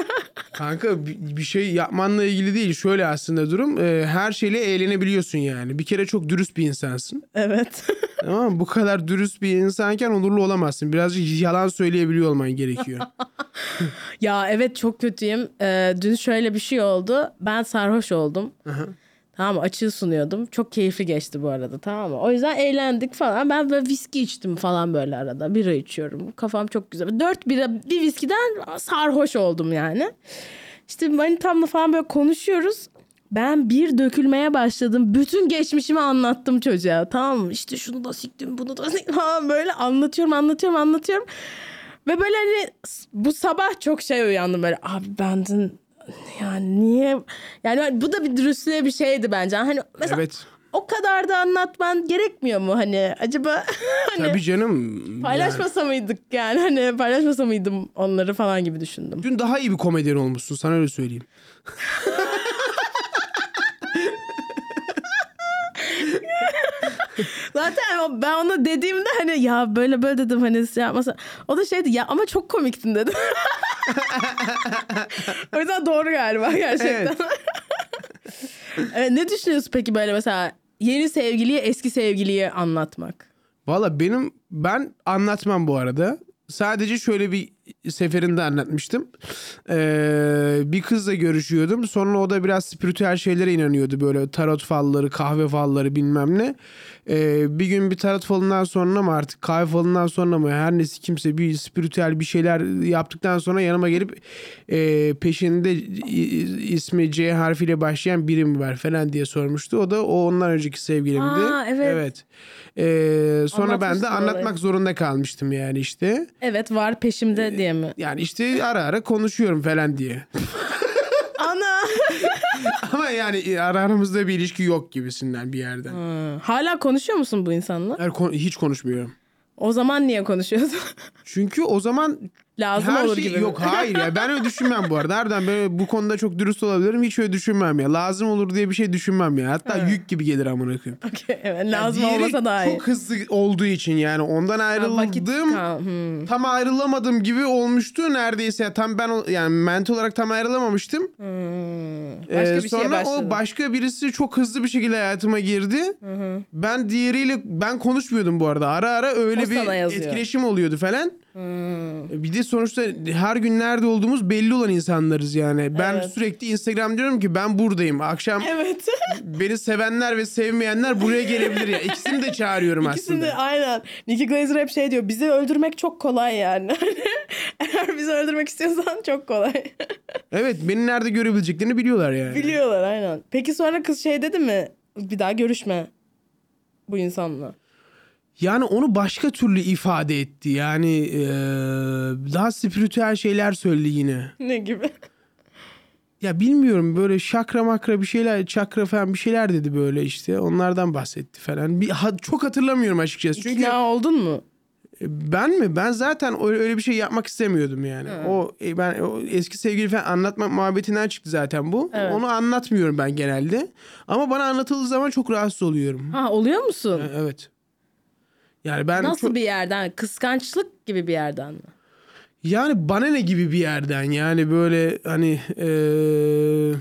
[SPEAKER 3] Kanka bi- bir şey yapmanla ilgili değil. Şöyle aslında durum. e, Her şeyle eğlenebiliyorsun yani. Bir kere çok dürüst bir insansın.
[SPEAKER 2] evet.
[SPEAKER 3] Tamam mı? Bu kadar dürüst bir insanken onurlu olamazsın. Birazcık yalan söyleyebiliyor olman gerekiyor.
[SPEAKER 2] ya evet çok kötüyüm. Ee, dün şöyle bir şey oldu. Ben sarhoş oldum. Tamam mı? Açığı sunuyordum. Çok keyifli geçti bu arada tamam mı? O yüzden eğlendik falan. Ben böyle viski içtim falan böyle arada. Bira içiyorum. Kafam çok güzel. Dört bira bir viskiden sarhoş oldum yani. İşte manitamla falan böyle konuşuyoruz. Ben bir dökülmeye başladım. Bütün geçmişimi anlattım çocuğa. Tamam mı? İşte şunu da siktim, bunu da siktim falan böyle anlatıyorum, anlatıyorum, anlatıyorum. Ve böyle hani s- bu sabah çok şey uyandım böyle. Abi ben dün yani niye yani bu da bir dürüstlüğe bir şeydi bence. Hani mesela
[SPEAKER 3] evet.
[SPEAKER 2] o kadar da anlatman gerekmiyor mu hani acaba hani
[SPEAKER 3] Tabii canım. Yani.
[SPEAKER 2] paylaşmasa mıydık yani hani paylaşmasa mıydım onları falan gibi düşündüm.
[SPEAKER 3] Dün daha iyi bir komedyen olmuşsun sana öyle söyleyeyim.
[SPEAKER 2] Zaten o- ben ona dediğimde hani ya böyle böyle dedim hani şey yapmasa. O da şeydi ya ama çok komiktin dedi. o yüzden doğru galiba gerçekten. Evet, ne düşünüyorsun peki böyle mesela yeni sevgiliye eski sevgiliye anlatmak?
[SPEAKER 3] Valla benim ben anlatmam bu arada. Sadece şöyle bir seferinde anlatmıştım. Ee, bir kızla görüşüyordum. Sonra o da biraz spiritüel şeylere inanıyordu. Böyle tarot falları, kahve falları bilmem ne. Ee, bir gün bir tarot falından sonra mı artık kahve falından sonra mı her neyse kimse bir spiritüel bir şeyler yaptıktan sonra yanıma gelip e, peşinde i- ismi C harfiyle başlayan biri mi var falan diye sormuştu. O da o ondan önceki sevgilimdi.
[SPEAKER 2] Aa, evet.
[SPEAKER 3] Evet. Ee, sonra ben
[SPEAKER 2] Anlatmıştın
[SPEAKER 3] de anlatmak
[SPEAKER 2] olayı.
[SPEAKER 3] zorunda kalmıştım yani işte.
[SPEAKER 2] Evet var peşimde
[SPEAKER 3] Ee,
[SPEAKER 2] diye mi?
[SPEAKER 3] Yani işte ara ara konuşuyorum falan diye.
[SPEAKER 2] Ana.
[SPEAKER 3] Ama yani ara aramızda bir ilişki yok gibisinden bir yerden.
[SPEAKER 2] Hala konuşuyor musun bu insanla?
[SPEAKER 3] Yani kon- hiç konuşmuyorum.
[SPEAKER 2] O zaman niye konuşuyorsun?
[SPEAKER 3] Çünkü o zaman
[SPEAKER 2] Lazım
[SPEAKER 3] her
[SPEAKER 2] olur
[SPEAKER 3] şey
[SPEAKER 2] gibi.
[SPEAKER 3] yok
[SPEAKER 2] mi?
[SPEAKER 3] hayır ya ben öyle düşünmem bu arada. Nereden böyle bu konuda çok dürüst olabilirim hiç öyle düşünmem ya. Lazım olur diye bir şey düşünmem ya. Hatta yük gibi gelir amına koyayım.
[SPEAKER 2] Okey, evet, lazım
[SPEAKER 3] Diğeri
[SPEAKER 2] olmasa daha iyi.
[SPEAKER 3] Çok hızlı olduğu için yani ondan
[SPEAKER 2] Ha, vakit
[SPEAKER 3] ayrıldım.
[SPEAKER 2] kal- hmm.
[SPEAKER 3] tam ayrılamadım gibi olmuştu neredeyse. Tam ben o- yani mental olarak tam ayrılamamıştım.
[SPEAKER 2] Başka
[SPEAKER 3] Ee,
[SPEAKER 2] bir şeye
[SPEAKER 3] sonra
[SPEAKER 2] başladın.
[SPEAKER 3] o başka birisi çok hızlı bir şekilde hayatıma girdi. Ben diğeriyle ben konuşmuyordum bu arada. Ara ara öyle
[SPEAKER 2] O sana
[SPEAKER 3] bir
[SPEAKER 2] yazıyor.
[SPEAKER 3] etkileşim oluyordu falan. Bir de sonuçta her gün nerede olduğumuz belli olan insanlarız yani. Ben
[SPEAKER 2] Evet.
[SPEAKER 3] sürekli Instagram diyorum ki ben buradayım. Akşam
[SPEAKER 2] Evet.
[SPEAKER 3] beni sevenler ve sevmeyenler buraya gelebilir ya. İkisini de çağırıyorum
[SPEAKER 2] İkisini de
[SPEAKER 3] aslında.
[SPEAKER 2] aynen. Nicky Glaser hep şey diyor. Bizi öldürmek çok kolay yani. Eğer bizi öldürmek istiyorsan çok kolay.
[SPEAKER 3] Evet beni nerede görebileceklerini biliyorlar yani.
[SPEAKER 2] Biliyorlar aynen. Peki sonra kız şey dedi mi? Bir daha görüşme bu insanla.
[SPEAKER 3] Yani onu başka türlü ifade etti. Yani eee, daha spiritüel şeyler söyledi yine.
[SPEAKER 2] Ne gibi?
[SPEAKER 3] Ya bilmiyorum böyle şakra makra bir şeyler, çakra falan bir şeyler dedi böyle işte. Onlardan bahsetti falan. Bir, ha- çok hatırlamıyorum açıkçası. Çünkü e,
[SPEAKER 2] İkna oldun mu?
[SPEAKER 3] ben mi? Ben zaten öyle, öyle bir şey yapmak istemiyordum yani. O e, ben o eski sevgili falan anlatma muhabbetinden çıktı zaten bu.
[SPEAKER 2] Evet.
[SPEAKER 3] Onu anlatmıyorum ben genelde. Ama bana anlatıldığı zaman çok rahatsız oluyorum.
[SPEAKER 2] Ha oluyor musun?
[SPEAKER 3] Evet. Yani ben
[SPEAKER 2] Nasıl
[SPEAKER 3] çok-
[SPEAKER 2] bir yerden? Kıskançlık gibi bir yerden mi?
[SPEAKER 3] Yani bana ne gibi bir yerden yani böyle hani eee,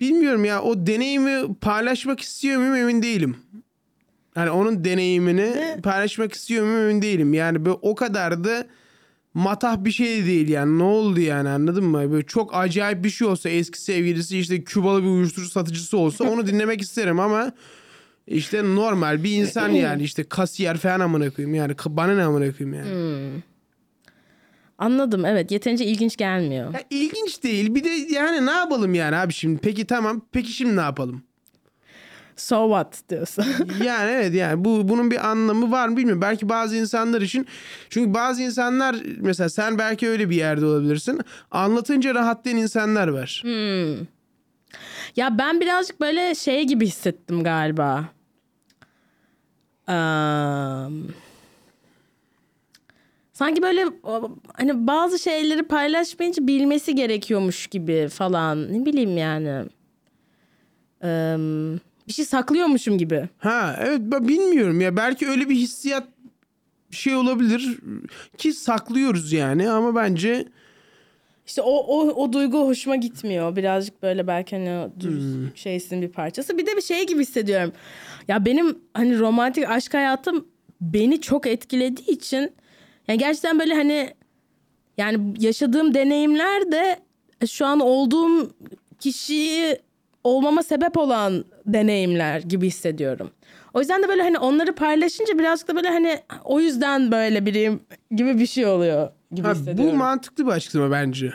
[SPEAKER 3] bilmiyorum ya o deneyimi paylaşmak istiyor muyum emin değilim. Hani onun deneyimini paylaşmak istiyor muyum emin değilim. Yani böyle o kadar da matah bir şey değil yani ne oldu yani anladın mı? Böyle çok acayip bir şey olsa eski sevgilisi işte Kübalı bir uyuşturucu satıcısı olsa onu dinlemek isterim ama işte normal bir insan yani işte kasiyer falan amına koyayım yani bana ne amına koyayım yani.
[SPEAKER 2] Anladım evet yeterince ilginç gelmiyor.
[SPEAKER 3] Ya ilginç değil. Bir de yani ne yapalım yani abi şimdi? Peki tamam. Peki şimdi ne yapalım?
[SPEAKER 2] So what diyorsun.
[SPEAKER 3] Yani evet yani bu bunun bir anlamı var mı bilmiyorum. Belki bazı insanlar için çünkü bazı insanlar mesela sen belki öyle bir yerde olabilirsin. Anlatınca rahatlayan insanlar var.
[SPEAKER 2] ya ben birazcık böyle şey gibi hissettim galiba. Am, sanki böyle o, hani bazı şeyleri paylaşmayınca bilmesi gerekiyormuş gibi falan. Ne bileyim yani. Am, bir şey saklıyormuşum gibi.
[SPEAKER 3] Ha evet ben bilmiyorum ya belki öyle bir hissiyat şey olabilir ki saklıyoruz yani ama bence
[SPEAKER 2] İşte o, o, o duygu hoşuma gitmiyor. Birazcık böyle belki hani o
[SPEAKER 3] Hmm.
[SPEAKER 2] dürüst şeysin bir parçası. Bir de bir şey gibi hissediyorum. Ya benim hani romantik aşk hayatım beni çok etkilediği için yani gerçekten böyle hani yani yaşadığım deneyimler de şu an olduğum kişiyi olmama sebep olan deneyimler gibi hissediyorum. O yüzden de böyle hani onları paylaşınca birazcık da böyle hani o yüzden böyle biriyim gibi bir şey oluyor gibi
[SPEAKER 3] Ha, bu
[SPEAKER 2] hissediyorum.
[SPEAKER 3] mantıklı bir açıklama bence.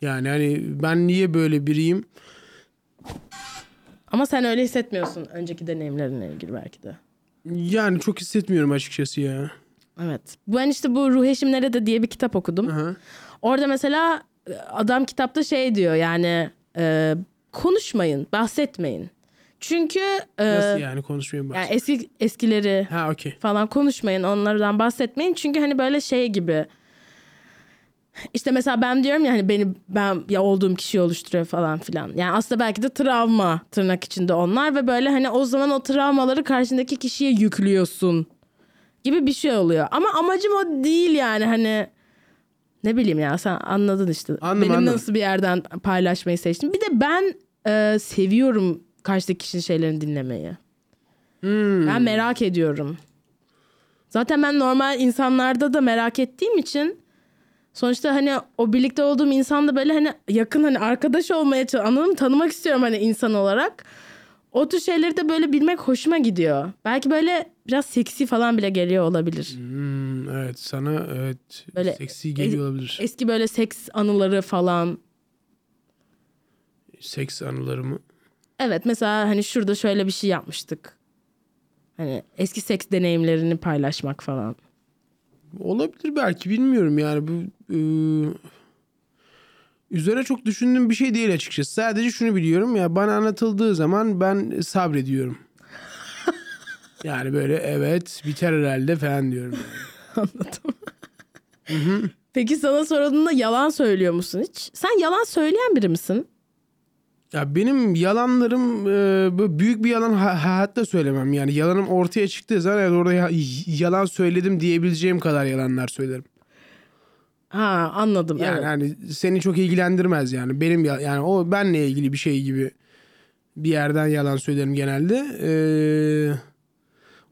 [SPEAKER 3] Yani hani ben niye böyle biriyim?
[SPEAKER 2] Ama sen öyle hissetmiyorsun önceki deneyimlerinle ilgili belki de.
[SPEAKER 3] Yani çok hissetmiyorum açıkçası ya.
[SPEAKER 2] Evet. Ben işte bu Ruh Eşim Nerede diye bir kitap okudum.
[SPEAKER 3] Aha.
[SPEAKER 2] Orada mesela e, adam kitapta şey diyor yani e, konuşmayın, bahsetmeyin. Çünkü e,
[SPEAKER 3] Nasıl yani konuşmaya bak.
[SPEAKER 2] yani eski eskileri
[SPEAKER 3] Ha okey.
[SPEAKER 2] falan konuşmayın onlardan bahsetmeyin çünkü hani böyle şey gibi işte mesela ben diyorum ya hani beni ben ya olduğum kişiyi oluşturuyor falan filan. Yani aslında belki de travma tırnak içinde onlar ve böyle hani o zaman o travmaları karşındaki kişiye yüklüyorsun gibi bir şey oluyor. Ama amacım o değil yani hani ne bileyim ya sen anladın işte.
[SPEAKER 3] Anladım,
[SPEAKER 2] Benim
[SPEAKER 3] anladım.
[SPEAKER 2] nasıl bir yerden paylaşmayı seçtim. Bir de ben e, seviyorum karşıdaki kişinin şeylerini dinlemeyi.
[SPEAKER 3] Hmm,
[SPEAKER 2] Ben merak ediyorum. Zaten ben normal insanlarda da merak ettiğim için sonuçta hani o birlikte olduğum insan da böyle hani yakın hani arkadaş olmaya çalış- anladın mı? Tanımak istiyorum hani insan olarak. O tür şeyleri de böyle bilmek hoşuma gidiyor. Belki böyle biraz seksi falan bile geliyor olabilir.
[SPEAKER 3] Hmm, evet sana evet
[SPEAKER 2] Böyle e-
[SPEAKER 3] seksi geliyor olabilir.
[SPEAKER 2] Eski böyle seks anıları falan.
[SPEAKER 3] Seks anılarımı.
[SPEAKER 2] Evet mesela hani şurada şöyle bir şey yapmıştık. Hani eski seks deneyimlerini paylaşmak falan.
[SPEAKER 3] Olabilir belki bilmiyorum yani bu e, üzerine çok düşündüğüm bir şey değil açıkçası. Sadece şunu biliyorum ya bana anlatıldığı zaman ben sabrediyorum. yani böyle evet biter herhalde falan diyorum.
[SPEAKER 2] Anladım. Peki sana sorulduğunda yalan söylüyor musun hiç? Sen yalan söyleyen biri misin?
[SPEAKER 3] Ya benim yalanlarım e, böyle büyük bir yalan ha- hayatta söylemem yani yalanım ortaya çıktığı zaman evet orada ya- yalan söyledim diyebileceğim kadar yalanlar söylerim.
[SPEAKER 2] Ha anladım.
[SPEAKER 3] Yani
[SPEAKER 2] evet.
[SPEAKER 3] hani seni çok ilgilendirmez yani. Benim ya- yani o benle ilgili bir şey gibi bir yerden yalan söylerim genelde. Ee,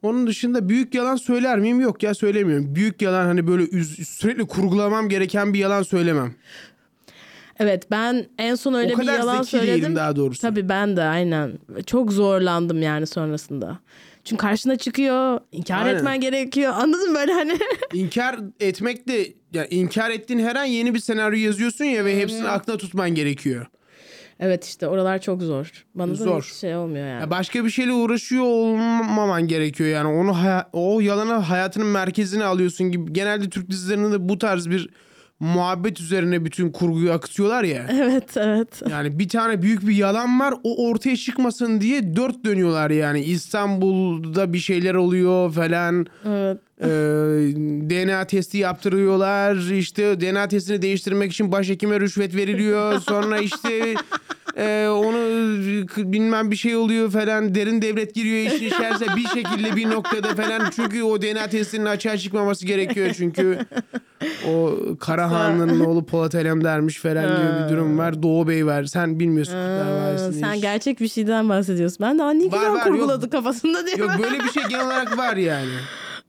[SPEAKER 3] onun dışında büyük yalan söyler miyim? Yok ya söylemiyorum. Büyük yalan hani böyle üz- sürekli kurgulamam gereken bir yalan söylemem.
[SPEAKER 2] Evet ben en son öyle
[SPEAKER 3] o
[SPEAKER 2] bir
[SPEAKER 3] kadar
[SPEAKER 2] yalan
[SPEAKER 3] zeki değilim
[SPEAKER 2] söyledim.
[SPEAKER 3] daha doğrusu.
[SPEAKER 2] Tabii ben de aynen. Çok zorlandım yani sonrasında. Çünkü karşına çıkıyor. İnkar
[SPEAKER 3] Aynen.
[SPEAKER 2] etmen gerekiyor. Anladın mı böyle hani?
[SPEAKER 3] İnkar etmek de yani inkar ettiğin her an yeni bir senaryo yazıyorsun ya ve hepsini aklına tutman gerekiyor.
[SPEAKER 2] evet işte oralar çok zor. Bana
[SPEAKER 3] Zor.
[SPEAKER 2] da hiç şey olmuyor yani.
[SPEAKER 3] Ya başka bir şeyle uğraşıyor olmaman gerekiyor yani onu haya- o yalana hayatının merkezine alıyorsun gibi. Genelde Türk dizilerinde de bu tarz bir muhabbet üzerine bütün kurguyu akıtıyorlar ya.
[SPEAKER 2] Evet evet.
[SPEAKER 3] Yani bir tane büyük bir yalan var o ortaya çıkmasın diye dört dönüyorlar yani. İstanbul'da bir şeyler oluyor falan.
[SPEAKER 2] Evet.
[SPEAKER 3] Ee, DNA testi yaptırıyorlar. İşte DNA testini değiştirmek için başhekime rüşvet veriliyor. Sonra işte e, onu k- bilmem bir şey oluyor falan. Derin devlet giriyor işin içerisine bir şekilde bir noktada falan. Çünkü o DNA testinin açığa çıkmaması gerekiyor. Çünkü o Karahan'ın oğlu Polat Alemdar'mış falan gibi bir durum var. Doğu Bey var. Sen bilmiyorsun.
[SPEAKER 2] Aa,
[SPEAKER 3] davasını
[SPEAKER 2] sen
[SPEAKER 3] hiç.
[SPEAKER 2] gerçek bir şeyden bahsediyorsun. Ben de "Aa, ne güzel
[SPEAKER 3] var,
[SPEAKER 2] kurguladı
[SPEAKER 3] yok.
[SPEAKER 2] kafasında diye.
[SPEAKER 3] Yok böyle bir şey genel olarak var yani.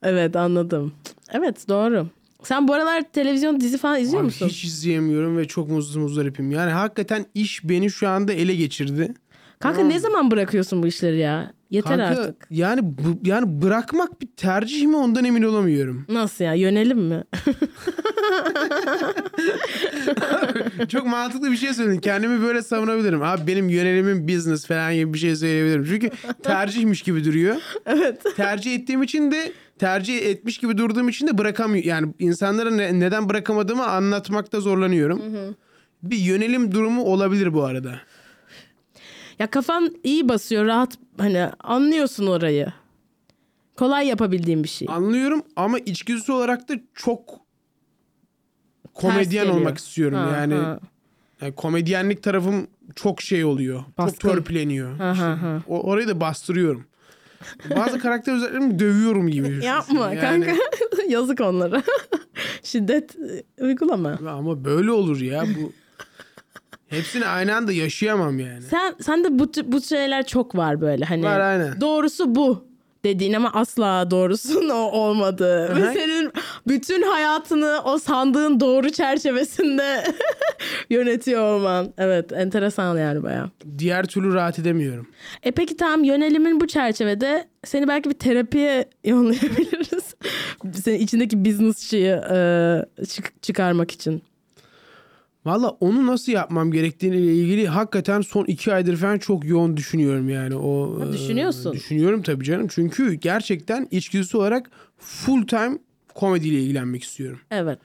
[SPEAKER 2] Evet anladım. Evet doğru. Sen bu aralar televizyon dizi falan izliyor
[SPEAKER 3] Abi
[SPEAKER 2] musun?
[SPEAKER 3] Hiç izleyemiyorum ve çok mutsuz muzdaripim. Yani hakikaten iş beni şu anda ele geçirdi.
[SPEAKER 2] Kanka ne zaman bırakıyorsun bu işleri ya? Yeter
[SPEAKER 3] Kanka,
[SPEAKER 2] artık.
[SPEAKER 3] Yani bu, yani bırakmak bir tercih mi ondan emin olamıyorum.
[SPEAKER 2] Nasıl ya? Yönelim mi?
[SPEAKER 3] çok mantıklı bir şey söyledin. Kendimi böyle savunabilirim. Abi benim yönelimim business falan gibi bir şey söyleyebilirim. Çünkü tercihmiş gibi duruyor. evet. Tercih ettiğim için de tercih etmiş gibi durduğum için de bırakamıyorum. Yani insanlara ne- neden bırakamadığımı anlatmakta zorlanıyorum. Bir yönelim durumu olabilir bu arada.
[SPEAKER 2] ya kafan iyi basıyor rahat hani anlıyorsun orayı. Kolay yapabildiğin bir şey.
[SPEAKER 3] Anlıyorum ama içgüdüsü olarak da çok komedyen
[SPEAKER 2] geliyor.
[SPEAKER 3] olmak istiyorum.
[SPEAKER 2] Ha,
[SPEAKER 3] yani,
[SPEAKER 2] ha.
[SPEAKER 3] yani komedyenlik tarafım çok şey oluyor.
[SPEAKER 2] Baskın.
[SPEAKER 3] Çok törpüleniyor.
[SPEAKER 2] Ha, ha, ha.
[SPEAKER 3] O, orayı da bastırıyorum. Bazı karakter özelliklerimi dövüyorum gibi.
[SPEAKER 2] Yapma
[SPEAKER 3] Yani-
[SPEAKER 2] kanka. Yazık onlara. Şiddet e, uygulama.
[SPEAKER 3] Ama böyle olur ya bu. Hepsini aynı anda yaşayamam yani.
[SPEAKER 2] Sen sen de bu tü- bu şeyler çok var böyle hani.
[SPEAKER 3] Var, aynen.
[SPEAKER 2] Doğrusu bu dediğin ama asla doğrusun o olmadı. Ve
[SPEAKER 3] Aha.
[SPEAKER 2] senin bütün hayatını o sandığın doğru çerçevesinde yönetiyor olman. Evet, enteresan yani bayağı.
[SPEAKER 3] Diğer türlü rahat edemiyorum.
[SPEAKER 2] E peki tamam yönelimin bu çerçevede seni belki bir terapiye yollayabiliriz. senin içindeki business şeyi e, çık- çıkarmak için.
[SPEAKER 3] Valla onu nasıl yapmam gerektiğiyle ilgili hakikaten son iki aydır falan çok yoğun düşünüyorum yani. o. e,
[SPEAKER 2] düşünüyorsun.
[SPEAKER 3] düşünüyorum tabii canım. Çünkü gerçekten içgüdüsü olarak full time komediyle ilgilenmek istiyorum.
[SPEAKER 2] Evet.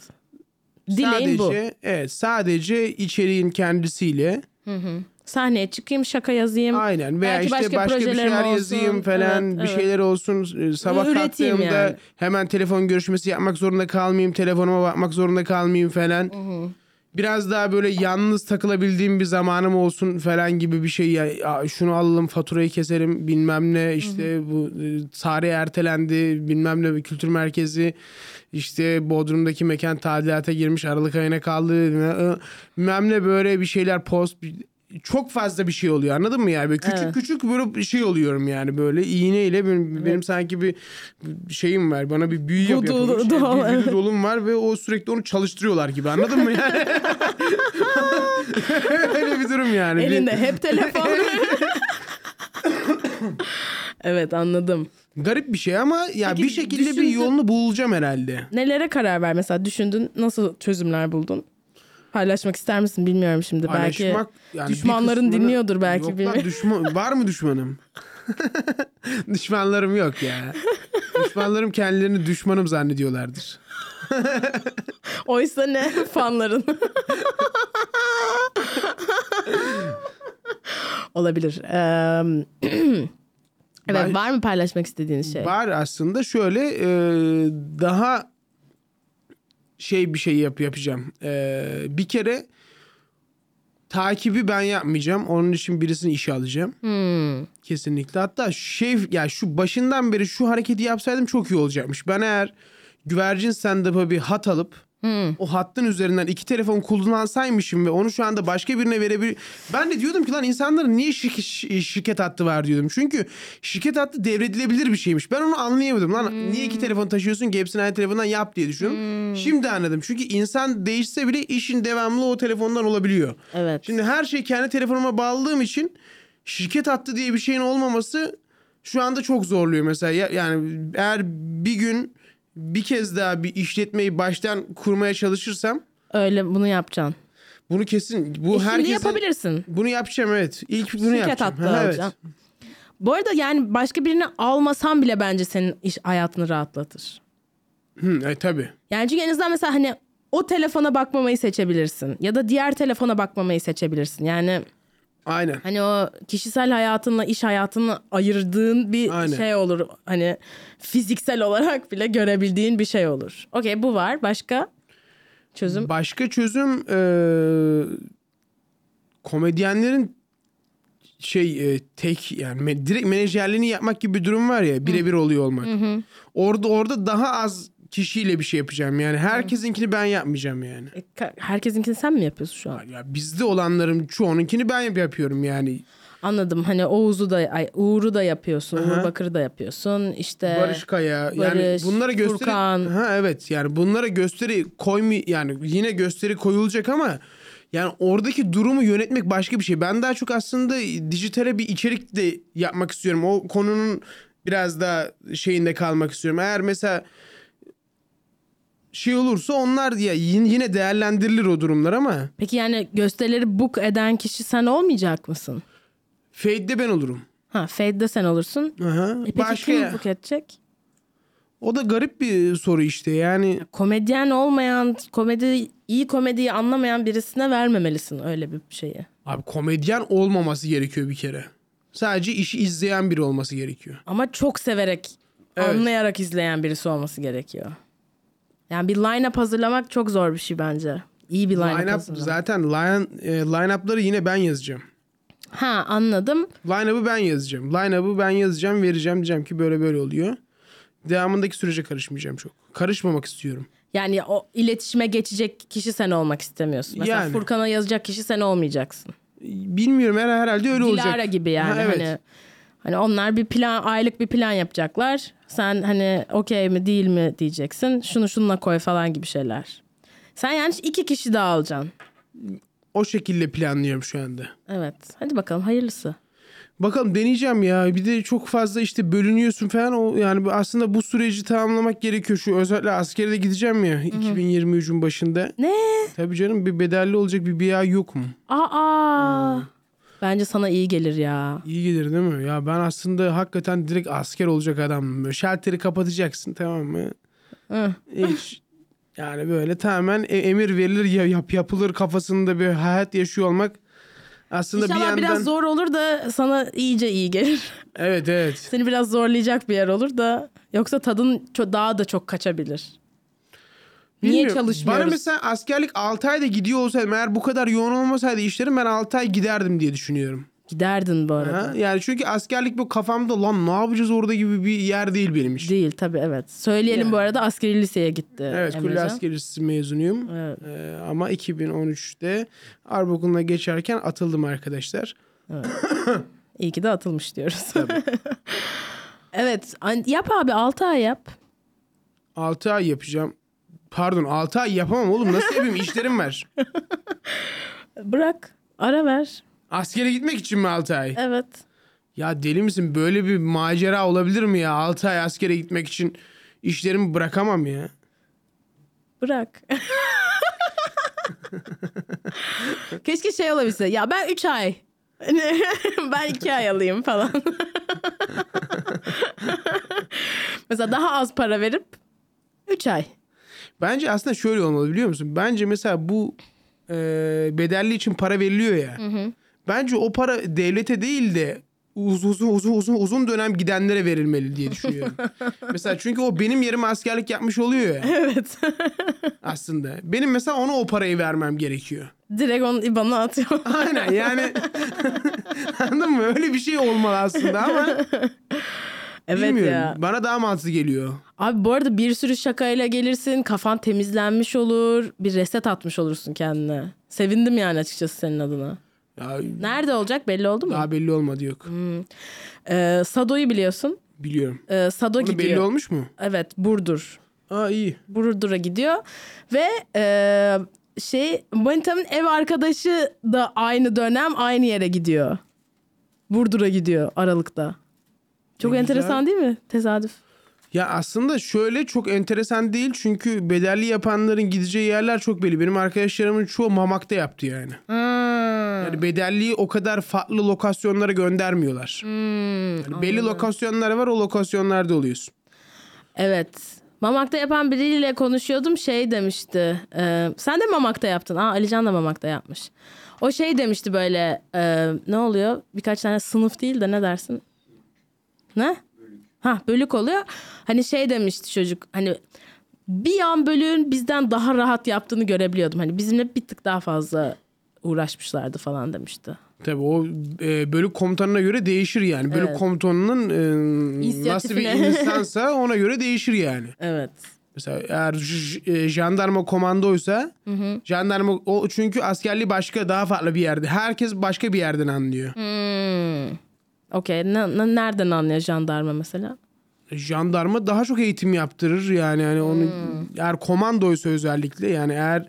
[SPEAKER 2] Dileğin bu.
[SPEAKER 3] sadece, Evet sadece içeriğin kendisiyle.
[SPEAKER 2] Sahneye çıkayım, şaka yazayım.
[SPEAKER 3] Aynen veya
[SPEAKER 2] Belki
[SPEAKER 3] işte
[SPEAKER 2] başka
[SPEAKER 3] başka, bir
[SPEAKER 2] projelerim
[SPEAKER 3] şeyler
[SPEAKER 2] olsun.
[SPEAKER 3] yazayım falan
[SPEAKER 2] Evet,
[SPEAKER 3] bir
[SPEAKER 2] evet.
[SPEAKER 3] şeyler olsun. Ee, Sabah
[SPEAKER 2] Üreteyim
[SPEAKER 3] kalktığımda
[SPEAKER 2] yani.
[SPEAKER 3] hemen telefon görüşmesi yapmak zorunda kalmayayım. Telefonuma bakmak zorunda kalmayayım falan. Biraz daha böyle yalnız takılabildiğim bir zamanım olsun falan gibi bir şey. Ya, ya şunu alalım faturayı keserim bilmem ne işte bu e, tarih ertelendi bilmem ne bir kültür merkezi. işte Bodrum'daki mekan tadilata girmiş Aralık ayına kaldı. Bilmem ne böyle bir şeyler post çok fazla bir şey oluyor anladın mı yani böyle küçük
[SPEAKER 2] Evet.
[SPEAKER 3] küçük böyle bir şey oluyorum yani böyle iğneyle benim, benim sanki bir şeyim var bana bir büyü yap
[SPEAKER 2] Voodoo
[SPEAKER 3] yapılmış.
[SPEAKER 2] doll,
[SPEAKER 3] Yani bir
[SPEAKER 2] evet.
[SPEAKER 3] voodoo dolum var ve o sürekli onu çalıştırıyorlar gibi anladın mı yani öyle bir durum yani Bir-
[SPEAKER 2] Elinde hep telefon. evet anladım.
[SPEAKER 3] garip bir şey ama ya
[SPEAKER 2] Peki,
[SPEAKER 3] bir şekilde
[SPEAKER 2] düşündün-
[SPEAKER 3] bir yolunu bulacağım herhalde
[SPEAKER 2] Nelere karar ver mesela düşündün nasıl çözümler buldun? Paylaşmak ister misin bilmiyorum şimdi.
[SPEAKER 3] Paylaşmak, yani bir
[SPEAKER 2] düşmanların
[SPEAKER 3] kısmını-
[SPEAKER 2] dinliyordur belki,
[SPEAKER 3] Yok lan,
[SPEAKER 2] bilmiyorum.
[SPEAKER 3] düşman, var mı düşmanım düşmanlarım yok ya düşmanlarım kendilerini düşmanım zannediyorlardır
[SPEAKER 2] Belki oysa ne fanların. Olabilir. Eee, evet
[SPEAKER 3] Ben-
[SPEAKER 2] var mı paylaşmak istediğin şey?
[SPEAKER 3] Var aslında şöyle e, daha şey bir şey yap yapacağım. E, bir kere takibi ben yapmayacağım. Onun için birisini işe alacağım.
[SPEAKER 2] Hmm,
[SPEAKER 3] Kesinlikle. Hatta şey ya şu başından beri şu hareketi yapsaydım çok iyi olacakmış. Ben eğer güvercin stand-up'a bir hat alıp o hattın üzerinden iki telefon kullansaymışım ve onu şu anda başka birine verebilir. Ben de diyordum ki lan insanların niye şirke- şi- şirket hattı var diyordum. Çünkü şirket hattı devredilebilir bir şeymiş. Ben onu anlayamadım. Lan niye iki telefon taşıyorsun ki hepsini aynı telefondan yap diye düşündüm. Şimdi anladım. Çünkü insan değişse bile işin devamlı o telefondan olabiliyor.
[SPEAKER 2] Evet.
[SPEAKER 3] Şimdi her şey kendi telefonuma bağladığım için şirket hattı diye bir şeyin olmaması şu anda çok zorluyor mesela. Ya- Yani eğer bir gün bir kez daha bir işletmeyi baştan kurmaya çalışırsam
[SPEAKER 2] Öyle bunu yapacaksın.
[SPEAKER 3] bunu kesin bu
[SPEAKER 2] Bu E Şimdi
[SPEAKER 3] herkes
[SPEAKER 2] yapabilirsin.
[SPEAKER 3] bunu yapacağım evet. İlk bunu
[SPEAKER 2] Şirket
[SPEAKER 3] yapacağım.
[SPEAKER 2] hatta alacaksın. Bu arada yani başka birini almasan bile bence senin iş hayatını rahatlatır.
[SPEAKER 3] Hı, e, tabii.
[SPEAKER 2] Yani çünkü en azından mesela hani o telefona bakmamayı seçebilirsin. Ya da diğer telefona bakmamayı seçebilirsin. Yani
[SPEAKER 3] Aynen.
[SPEAKER 2] hani o kişisel hayatınla iş hayatını ayırdığın bir
[SPEAKER 3] Aynen.
[SPEAKER 2] şey olur. Hani fiziksel olarak bile görebildiğin bir şey olur. Okey bu var. Başka çözüm?
[SPEAKER 3] Başka çözüm e, komedyenlerin şey e, tek yani me- direkt menajerliğini yapmak gibi bir durum var ya birebir oluyor olmak. Orada orada daha az kişiyle bir şey yapacağım yani herkesinkini ben yapmayacağım yani.
[SPEAKER 2] E, ka- Herkesinkini sen mi yapıyorsun şu an?
[SPEAKER 3] Ya bizde olanların çoğununkini ben yap- yapıyorum yani.
[SPEAKER 2] Anladım. Hani Oğuz'u da, ay, Uğur'u da yapıyorsun. Uğur Bakır'ı da yapıyorsun. İşte
[SPEAKER 3] Barış Kaya yani
[SPEAKER 2] Ee, Barış,
[SPEAKER 3] bunlara gösteri
[SPEAKER 2] Furkan.
[SPEAKER 3] ha evet yani bunlara gösteri koymu yani yine gösteri koyulacak ama yani oradaki durumu yönetmek başka bir şey. Ben daha çok aslında dijitale bir içerik de yapmak istiyorum. O konunun biraz daha şeyinde kalmak istiyorum. Eğer mesela şey olursa onlar ya yine yine değerlendirilir o durumlar ama
[SPEAKER 2] Peki yani gösterileri book eden kişi sen olmayacak mısın?
[SPEAKER 3] fade'de ben olurum.
[SPEAKER 2] Ha Fade'de sen olursun.
[SPEAKER 3] Aha.
[SPEAKER 2] E peki
[SPEAKER 3] Başka
[SPEAKER 2] kim
[SPEAKER 3] ya.
[SPEAKER 2] book edecek?
[SPEAKER 3] O da garip bir soru işte. Yani
[SPEAKER 2] Komedyen olmayan, komedi iyi komediyi anlamayan birisine vermemelisin öyle bir şeyi.
[SPEAKER 3] Abi komedyen olmaması gerekiyor bir kere. Sadece işi izleyen biri olması gerekiyor.
[SPEAKER 2] Ama çok severek,
[SPEAKER 3] Evet.
[SPEAKER 2] anlayarak izleyen birisi olması gerekiyor. Yani bir line-up hazırlamak çok zor bir şey bence. İyi bir line-up,
[SPEAKER 3] Line-up
[SPEAKER 2] hazırlamak.
[SPEAKER 3] zaten line, e, line-up'ları yine ben yazacağım.
[SPEAKER 2] Ha anladım.
[SPEAKER 3] Line-up'ı ben yazacağım. Line-up'ı ben yazacağım, vereceğim diyeceğim ki böyle böyle oluyor. Devamındaki sürece karışmayacağım çok. Karışmamak istiyorum.
[SPEAKER 2] Yani o iletişime geçecek kişi sen olmak istemiyorsun. Mesela
[SPEAKER 3] Yani.
[SPEAKER 2] Furkan'a yazacak kişi sen olmayacaksın.
[SPEAKER 3] Bilmiyorum her herhalde öyle
[SPEAKER 2] Dilara
[SPEAKER 3] olacak.
[SPEAKER 2] gibi yani
[SPEAKER 3] Ha, evet.
[SPEAKER 2] hani hani onlar bir plan aylık bir plan yapacaklar. Sen hani okey mi değil mi diyeceksin. Şunu şununla koy falan gibi şeyler. Sen yani iki kişi daha alacaksın.
[SPEAKER 3] O şekilde planlıyorum şu anda.
[SPEAKER 2] Evet. Hadi bakalım hayırlısı.
[SPEAKER 3] Bakalım deneyeceğim ya. Bir de çok fazla işte bölünüyorsun falan. O yani bu- aslında bu süreci tamamlamak gerekiyor. Şu özellikle askere de gideceğim ya 2023'ün başında.
[SPEAKER 2] Ne?
[SPEAKER 3] Tabii canım bir bedelli olacak bir biya yok mu?
[SPEAKER 2] Aa. Hmm. Bence sana iyi gelir ya.
[SPEAKER 3] İyi gelir değil mi? Ya ben aslında hakikaten direkt asker olacak adamım. Böyle Şalteri kapatacaksın tamam mı?
[SPEAKER 2] Hı.
[SPEAKER 3] Hiç yani böyle tamamen e- emir verilir ya- yap yapılır kafasında bir hayat yaşıyor olmak aslında
[SPEAKER 2] İnşallah
[SPEAKER 3] bir yandan
[SPEAKER 2] biraz zor olur da sana iyice iyi gelir.
[SPEAKER 3] evet evet.
[SPEAKER 2] Seni biraz zorlayacak bir yer olur da yoksa tadın ço- daha da çok kaçabilir. Niye
[SPEAKER 3] Bilmiyorum.
[SPEAKER 2] çalışmıyoruz?
[SPEAKER 3] Bana mesela askerlik 6 ayda gidiyor olsaydım eğer bu kadar yoğun olmasaydı işlerim ben 6 ay giderdim diye düşünüyorum.
[SPEAKER 2] Giderdin bu arada.
[SPEAKER 3] Ha? Yani çünkü askerlik bu kafamda lan ne yapacağız orada gibi bir yer değil benim için.
[SPEAKER 2] Değil tabii evet. Söyleyelim bu arada askeri liseye gitti.
[SPEAKER 3] Evet
[SPEAKER 2] Emrecan.
[SPEAKER 3] Kulli Askerisi mezunuyum.
[SPEAKER 2] Evet.
[SPEAKER 3] Ee, ama 2013'te Harp Okulu'na geçerken atıldım arkadaşlar.
[SPEAKER 2] İyi ki de atılmış diyoruz. evet an- yap abi 6 ay yap.
[SPEAKER 3] 6 ay yapacağım. Pardon 6 ay yapamam oğlum nasıl yapayım işlerim var.
[SPEAKER 2] Bırak ara ver.
[SPEAKER 3] Askere gitmek için mi 6 ay?
[SPEAKER 2] Evet.
[SPEAKER 3] Ya deli misin böyle bir macera olabilir mi ya 6 ay askere gitmek için işlerimi bırakamam ya.
[SPEAKER 2] Bırak. Keşke şey olabilse. Ya ben 3 ay. Hani ben 2 ay alayım falan. Mesela daha az para verip 3 ay.
[SPEAKER 3] Bence aslında şöyle olmalı biliyor musun? Bence mesela bu e, bedelli için para veriliyor ya. Bence o para devlete değil de uzun uzun uzun uzun uzun dönem gidenlere verilmeli diye düşünüyorum. mesela çünkü o benim yerime askerlik yapmış oluyor ya
[SPEAKER 2] Evet.
[SPEAKER 3] aslında. Benim mesela ona o parayı vermem gerekiyor.
[SPEAKER 2] Direkt onu IBAN'a atıyorum.
[SPEAKER 3] Aynen yani anladın mı? Öyle bir şey olmalı aslında ama
[SPEAKER 2] evet
[SPEAKER 3] bilmiyorum.
[SPEAKER 2] ya.
[SPEAKER 3] Bana daha mantıklı geliyor.
[SPEAKER 2] Abi bu arada bir sürü şakayla gelirsin. Kafan temizlenmiş olur. Bir reset atmış olursun kendine. Sevindim yani açıkçası senin adına.
[SPEAKER 3] Ya,
[SPEAKER 2] Nerede olacak belli oldu mu?
[SPEAKER 3] daha belli olmadı yok.
[SPEAKER 2] Hmm. Ee, Sado'yu biliyorsun.
[SPEAKER 3] Biliyorum.
[SPEAKER 2] Ee, Sado
[SPEAKER 3] Onu
[SPEAKER 2] gidiyor.
[SPEAKER 3] belli olmuş mu?
[SPEAKER 2] Evet Burdur.
[SPEAKER 3] Aa iyi.
[SPEAKER 2] Burdur'a gidiyor. Ve e, şey Manita'nın ev arkadaşı da aynı dönem aynı yere gidiyor. Burdur'a gidiyor Aralık'ta. Çok
[SPEAKER 3] Ne güzel.
[SPEAKER 2] enteresan değil mi? Tesadüf.
[SPEAKER 3] Ya aslında şöyle çok enteresan değil çünkü bedelli yapanların gideceği yerler çok belli. Benim arkadaşlarımın çoğu Mamak'ta yaptı yani. Yani bedelliyi o kadar farklı lokasyonlara göndermiyorlar. Yani belli lokasyonlar var o lokasyonlarda oluyorsun.
[SPEAKER 2] Evet. Mamak'ta yapan biriyle konuşuyordum şey demişti. e, sen de Mamak'ta yaptın. Aa Alican da Mamak'ta yapmış. O şey demişti böyle e, ne oluyor? Birkaç tane sınıf değil de ne dersin? Ne? Ha bölük oluyor. Hani şey demişti çocuk hani bir yan bölüğün bizden daha rahat yaptığını görebiliyordum. Hani bizimle bir tık daha fazla uğraşmışlardı falan demişti.
[SPEAKER 3] Tabii o e, bölük komutanına göre değişir yani. Bölük komutanının e, nasıl bir
[SPEAKER 2] İnisiyatifine.
[SPEAKER 3] insansa ona göre değişir yani.
[SPEAKER 2] Evet.
[SPEAKER 3] Mesela eğer j- j- e, jandarma komandoysa jandarma o çünkü askerliği başka daha farklı bir yerde. Herkes başka bir yerden anlıyor.
[SPEAKER 2] Hmm. Okey. Ne- ne- nereden anlıyor jandarma mesela?
[SPEAKER 3] jandarma daha çok eğitim yaptırır yani yani onu eğer komandoysa özellikle yani eğer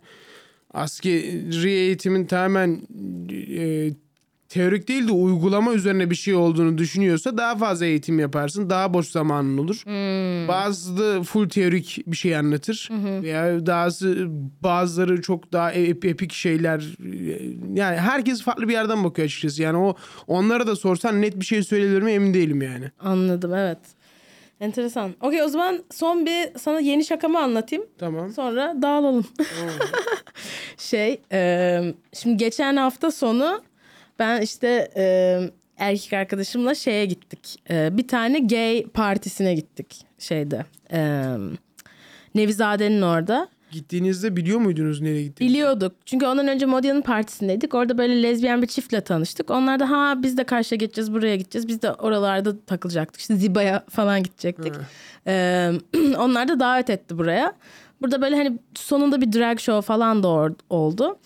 [SPEAKER 3] askeri eğitimin tamamen e, teorik değil de uygulama üzerine bir şey olduğunu düşünüyorsa daha fazla eğitim yaparsın daha boş zamanın olur. Bazı da full teorik bir şey anlatır veya bazı bazıları çok daha ep- epik şeyler e, yani herkes farklı bir yerden bakıyor açıkçası yani o onlara da sorsan net bir şey söyleyebilir mi emin değilim yani.
[SPEAKER 2] Anladım evet. Enteresan. Okey o zaman son bir sana yeni şakamı anlatayım.
[SPEAKER 3] Tamam.
[SPEAKER 2] Sonra dağılalım. şey e, şimdi geçen hafta sonu ben işte e, erkek arkadaşımla şeye gittik. E, bir tane gay partisine gittik şeyde. E, Nevizade'nin orada.
[SPEAKER 3] Gittiğinizde biliyor muydunuz nereye gittiğinizi?
[SPEAKER 2] Biliyorduk. Çünkü ondan önce Modia'nın partisindeydik. Orada böyle lezbiyen bir çiftle tanıştık. Onlar da ha biz de karşıya gideceğiz, buraya gideceğiz. Biz de oralarda takılacaktık. İşte Ziba'ya falan gidecektik. Ee, onlar da davet etti buraya. Burada böyle hani sonunda bir drag show falan da or- oldu.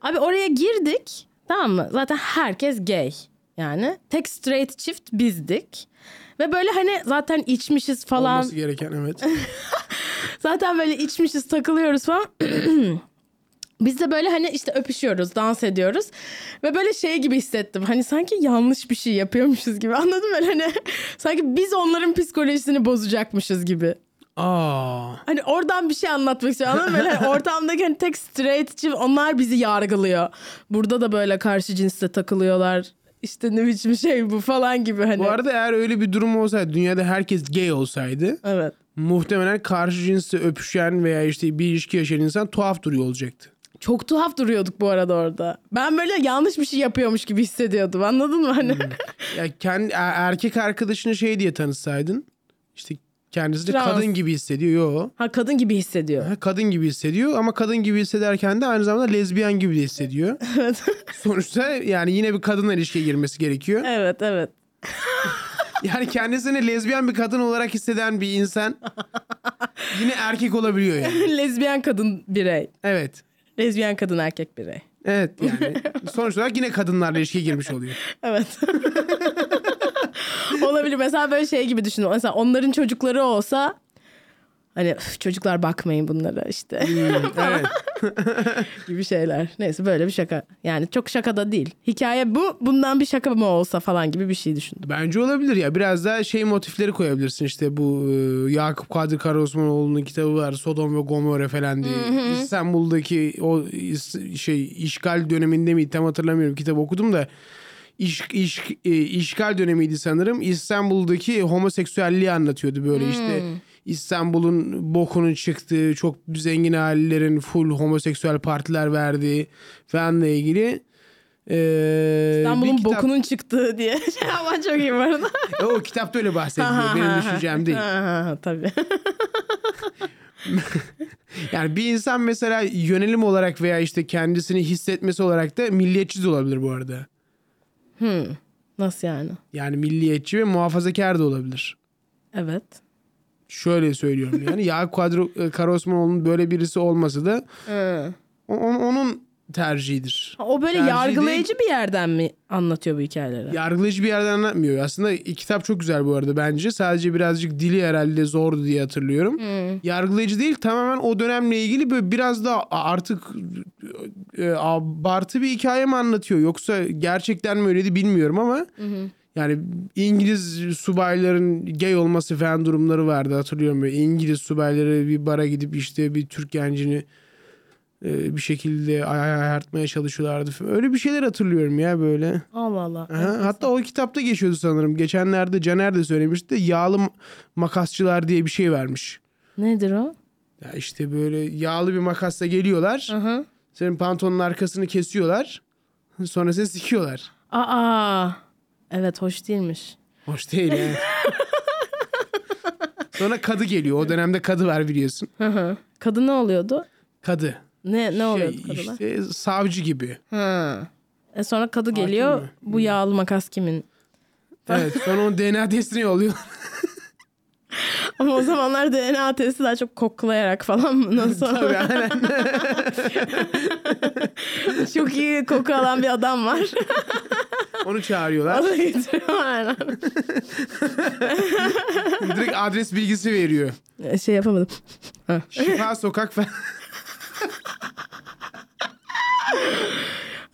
[SPEAKER 2] Abi oraya girdik. Tamam mı? Zaten herkes gay. Yani tek straight çift bizdik. Ve böyle hani zaten içmişiz falan.
[SPEAKER 3] Olması gereken evet.
[SPEAKER 2] Zaten böyle içmişiz takılıyoruz falan. Biz de böyle hani işte öpüşüyoruz, dans ediyoruz. Ve böyle şey gibi hissettim. Hani sanki yanlış bir şey yapıyormuşuz gibi. Anladın mı? Böyle Hani sanki biz onların psikolojisini bozacakmışız gibi.
[SPEAKER 3] Aa.
[SPEAKER 2] Hani oradan bir şey anlatmak istiyorum. Anladın mı? Böyle hani ortamdaki hani tek straight çift onlar bizi yargılıyor. Burada da böyle karşı cinsle takılıyorlar. İşte ne biçim şey bu falan gibi hani.
[SPEAKER 3] Bu arada eğer öyle bir durum olsaydı dünyada herkes gay olsaydı
[SPEAKER 2] Evet.
[SPEAKER 3] muhtemelen karşı cinsle öpüşen veya işte bir ilişki yaşayan insan tuhaf duruyor olacaktı.
[SPEAKER 2] Çok tuhaf duruyorduk bu arada orada. Ben böyle yanlış bir şey yapıyormuş gibi hissediyordum. Anladın mı hani?
[SPEAKER 3] Hmm. Ya kendi e- erkek arkadaşını şey diye tanısaydın işte kendisi de
[SPEAKER 2] Trans.
[SPEAKER 3] kadın gibi hissediyor. Yo.
[SPEAKER 2] ha kadın gibi hissediyor.
[SPEAKER 3] Ha, Kadın gibi hissediyor ama kadın gibi hissederken de aynı zamanda lezbiyen gibi de hissediyor. Sonuçta yani yine bir kadınla ilişkiye girmesi gerekiyor.
[SPEAKER 2] Evet evet.
[SPEAKER 3] Yani kendisini lezbiyen bir kadın olarak hisseden bir insan yine erkek olabiliyor yani.
[SPEAKER 2] Lezbiyen kadın birey.
[SPEAKER 3] Evet.
[SPEAKER 2] Lezbiyen kadın erkek birey.
[SPEAKER 3] Evet yani. Sonuç olarak yine kadınlarla ilişkiye girmiş oluyor.
[SPEAKER 2] Evet. Olabilir. Mesela böyle şey gibi düşünün. Mesela onların çocukları olsa hani "Üf, çocuklar bakmayın bunlara işte
[SPEAKER 3] Evet.
[SPEAKER 2] gibi şeyler. Neyse böyle bir şaka. Yani çok şaka da değil. Hikaye bu. Bundan bir şaka mı olsa falan gibi bir şey düşündüm.
[SPEAKER 3] Bence olabilir ya. Biraz daha şey motifleri koyabilirsin. İşte bu e, Yakup Kadri Karaosmanoğlu'nun kitabı var. Sodom ve Gomorra falan diye. İstanbul'daki o is- şey işgal döneminde mi tam hatırlamıyorum. Kitabı okudum da iş, iş, e, işgal dönemiydi sanırım. İstanbul'daki homoseksüelliği anlatıyordu böyle işte. İstanbul'un bokunun çıktığı, çok zengin ailelerin full homoseksüel partiler verdiği falanla ilgili. Ee, bir
[SPEAKER 2] İstanbul'un
[SPEAKER 3] kitap-
[SPEAKER 2] bokunun çıktığı diye. Ama çok iyi bu arada.
[SPEAKER 3] E, o kitapta öyle bahsediliyor. Benim düşüncem değil.
[SPEAKER 2] Ha, tabii.
[SPEAKER 3] Yani bir insan mesela yönelim olarak veya işte kendisini hissetmesi olarak da milliyetçi de olabilir bu arada.
[SPEAKER 2] Nasıl yani?
[SPEAKER 3] Yani milliyetçi ve muhafazakar da olabilir.
[SPEAKER 2] Evet.
[SPEAKER 3] Şöyle söylüyorum yani. ya Kadro Karaosmanoğlu'nun böyle birisi olması da
[SPEAKER 2] Ee,
[SPEAKER 3] o- o- onun tercihidir.
[SPEAKER 2] O böyle
[SPEAKER 3] Tercih
[SPEAKER 2] yargılayıcı bir yerden mi anlatıyor bu hikayeleri?
[SPEAKER 3] Yargılayıcı bir yerden anlatmıyor. Aslında e, kitap çok güzel bu arada bence. Sadece birazcık dili herhalde zordu diye hatırlıyorum. Yargılayıcı değil tamamen o dönemle ilgili böyle biraz daha a- artık e, abartı bir hikaye mi anlatıyor? Yoksa gerçekten mi öyleydi bilmiyorum ama Yani İngiliz subayların gay olması falan durumları vardı hatırlıyorum. Böyle İngiliz subayları bir bara gidip işte bir Türk gencini e, bir şekilde ay- ay- ayartmaya çalışıyorlardı. falan. Öyle bir şeyler hatırlıyorum ya böyle.
[SPEAKER 2] Allah Allah.
[SPEAKER 3] Aha, hatta o kitapta geçiyordu sanırım. Geçenlerde Caner de söylemişti. Yağlı makasçılar diye bir şey vermiş.
[SPEAKER 2] Nedir o?
[SPEAKER 3] Ya işte böyle yağlı bir makasla geliyorlar.
[SPEAKER 2] Aha.
[SPEAKER 3] Senin pantolonun arkasını kesiyorlar. Sonra seni sikiyorlar.
[SPEAKER 2] Aa. Evet hoş değilmiş.
[SPEAKER 3] Hoş değil yani. Sonra kadı geliyor. O dönemde kadı var biliyorsun.
[SPEAKER 2] Hı hı. Kadın ne oluyordu?
[SPEAKER 3] Kadı.
[SPEAKER 2] Ne ne oluyordu
[SPEAKER 3] Şey,
[SPEAKER 2] kadına?
[SPEAKER 3] işte savcı gibi.
[SPEAKER 2] Hı. E sonra kadı geliyor.
[SPEAKER 3] mı?
[SPEAKER 2] Bu yağlı makas kimin?
[SPEAKER 3] Evet. Sonra onun DNA testini yolluyor.
[SPEAKER 2] Ama o zamanlar DNA testi daha çok koklayarak falan mı? Nasıl?
[SPEAKER 3] Tabii, aynen.
[SPEAKER 2] çok iyi koku alan bir adam var.
[SPEAKER 3] Onu çağırıyorlar.
[SPEAKER 2] Onu getiriyor aynen.
[SPEAKER 3] Direkt adres bilgisi veriyor.
[SPEAKER 2] E, Şey yapamadım. Ha.
[SPEAKER 3] Şifa sokak falan.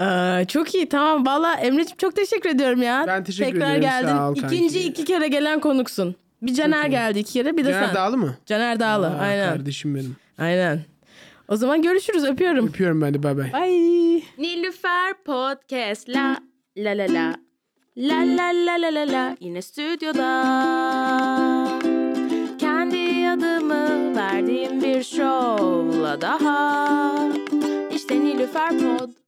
[SPEAKER 2] Ee, çok iyi tamam valla Emre'ciğim çok teşekkür ediyorum ya.
[SPEAKER 3] Ben teşekkür
[SPEAKER 2] Tekrar
[SPEAKER 3] ediyorum,
[SPEAKER 2] geldin.
[SPEAKER 3] sağ ol kanki.
[SPEAKER 2] İkinci iki kere gelen konuksun. Bir Caner geldi iki kere bir de
[SPEAKER 3] Caner
[SPEAKER 2] sen.
[SPEAKER 3] Dağlı mı?
[SPEAKER 2] Caner Dağlı
[SPEAKER 3] Aa,
[SPEAKER 2] aynen.
[SPEAKER 3] Kardeşim benim.
[SPEAKER 2] Aynen. O zaman görüşürüz öpüyorum.
[SPEAKER 3] Öpüyorum ben de bay bay.
[SPEAKER 2] Bye.
[SPEAKER 1] Nilüfer Podcast la la la la la la la la la la yine stüdyoda kendi adımı verdiğim bir şovla daha işte Nilüfer Pod.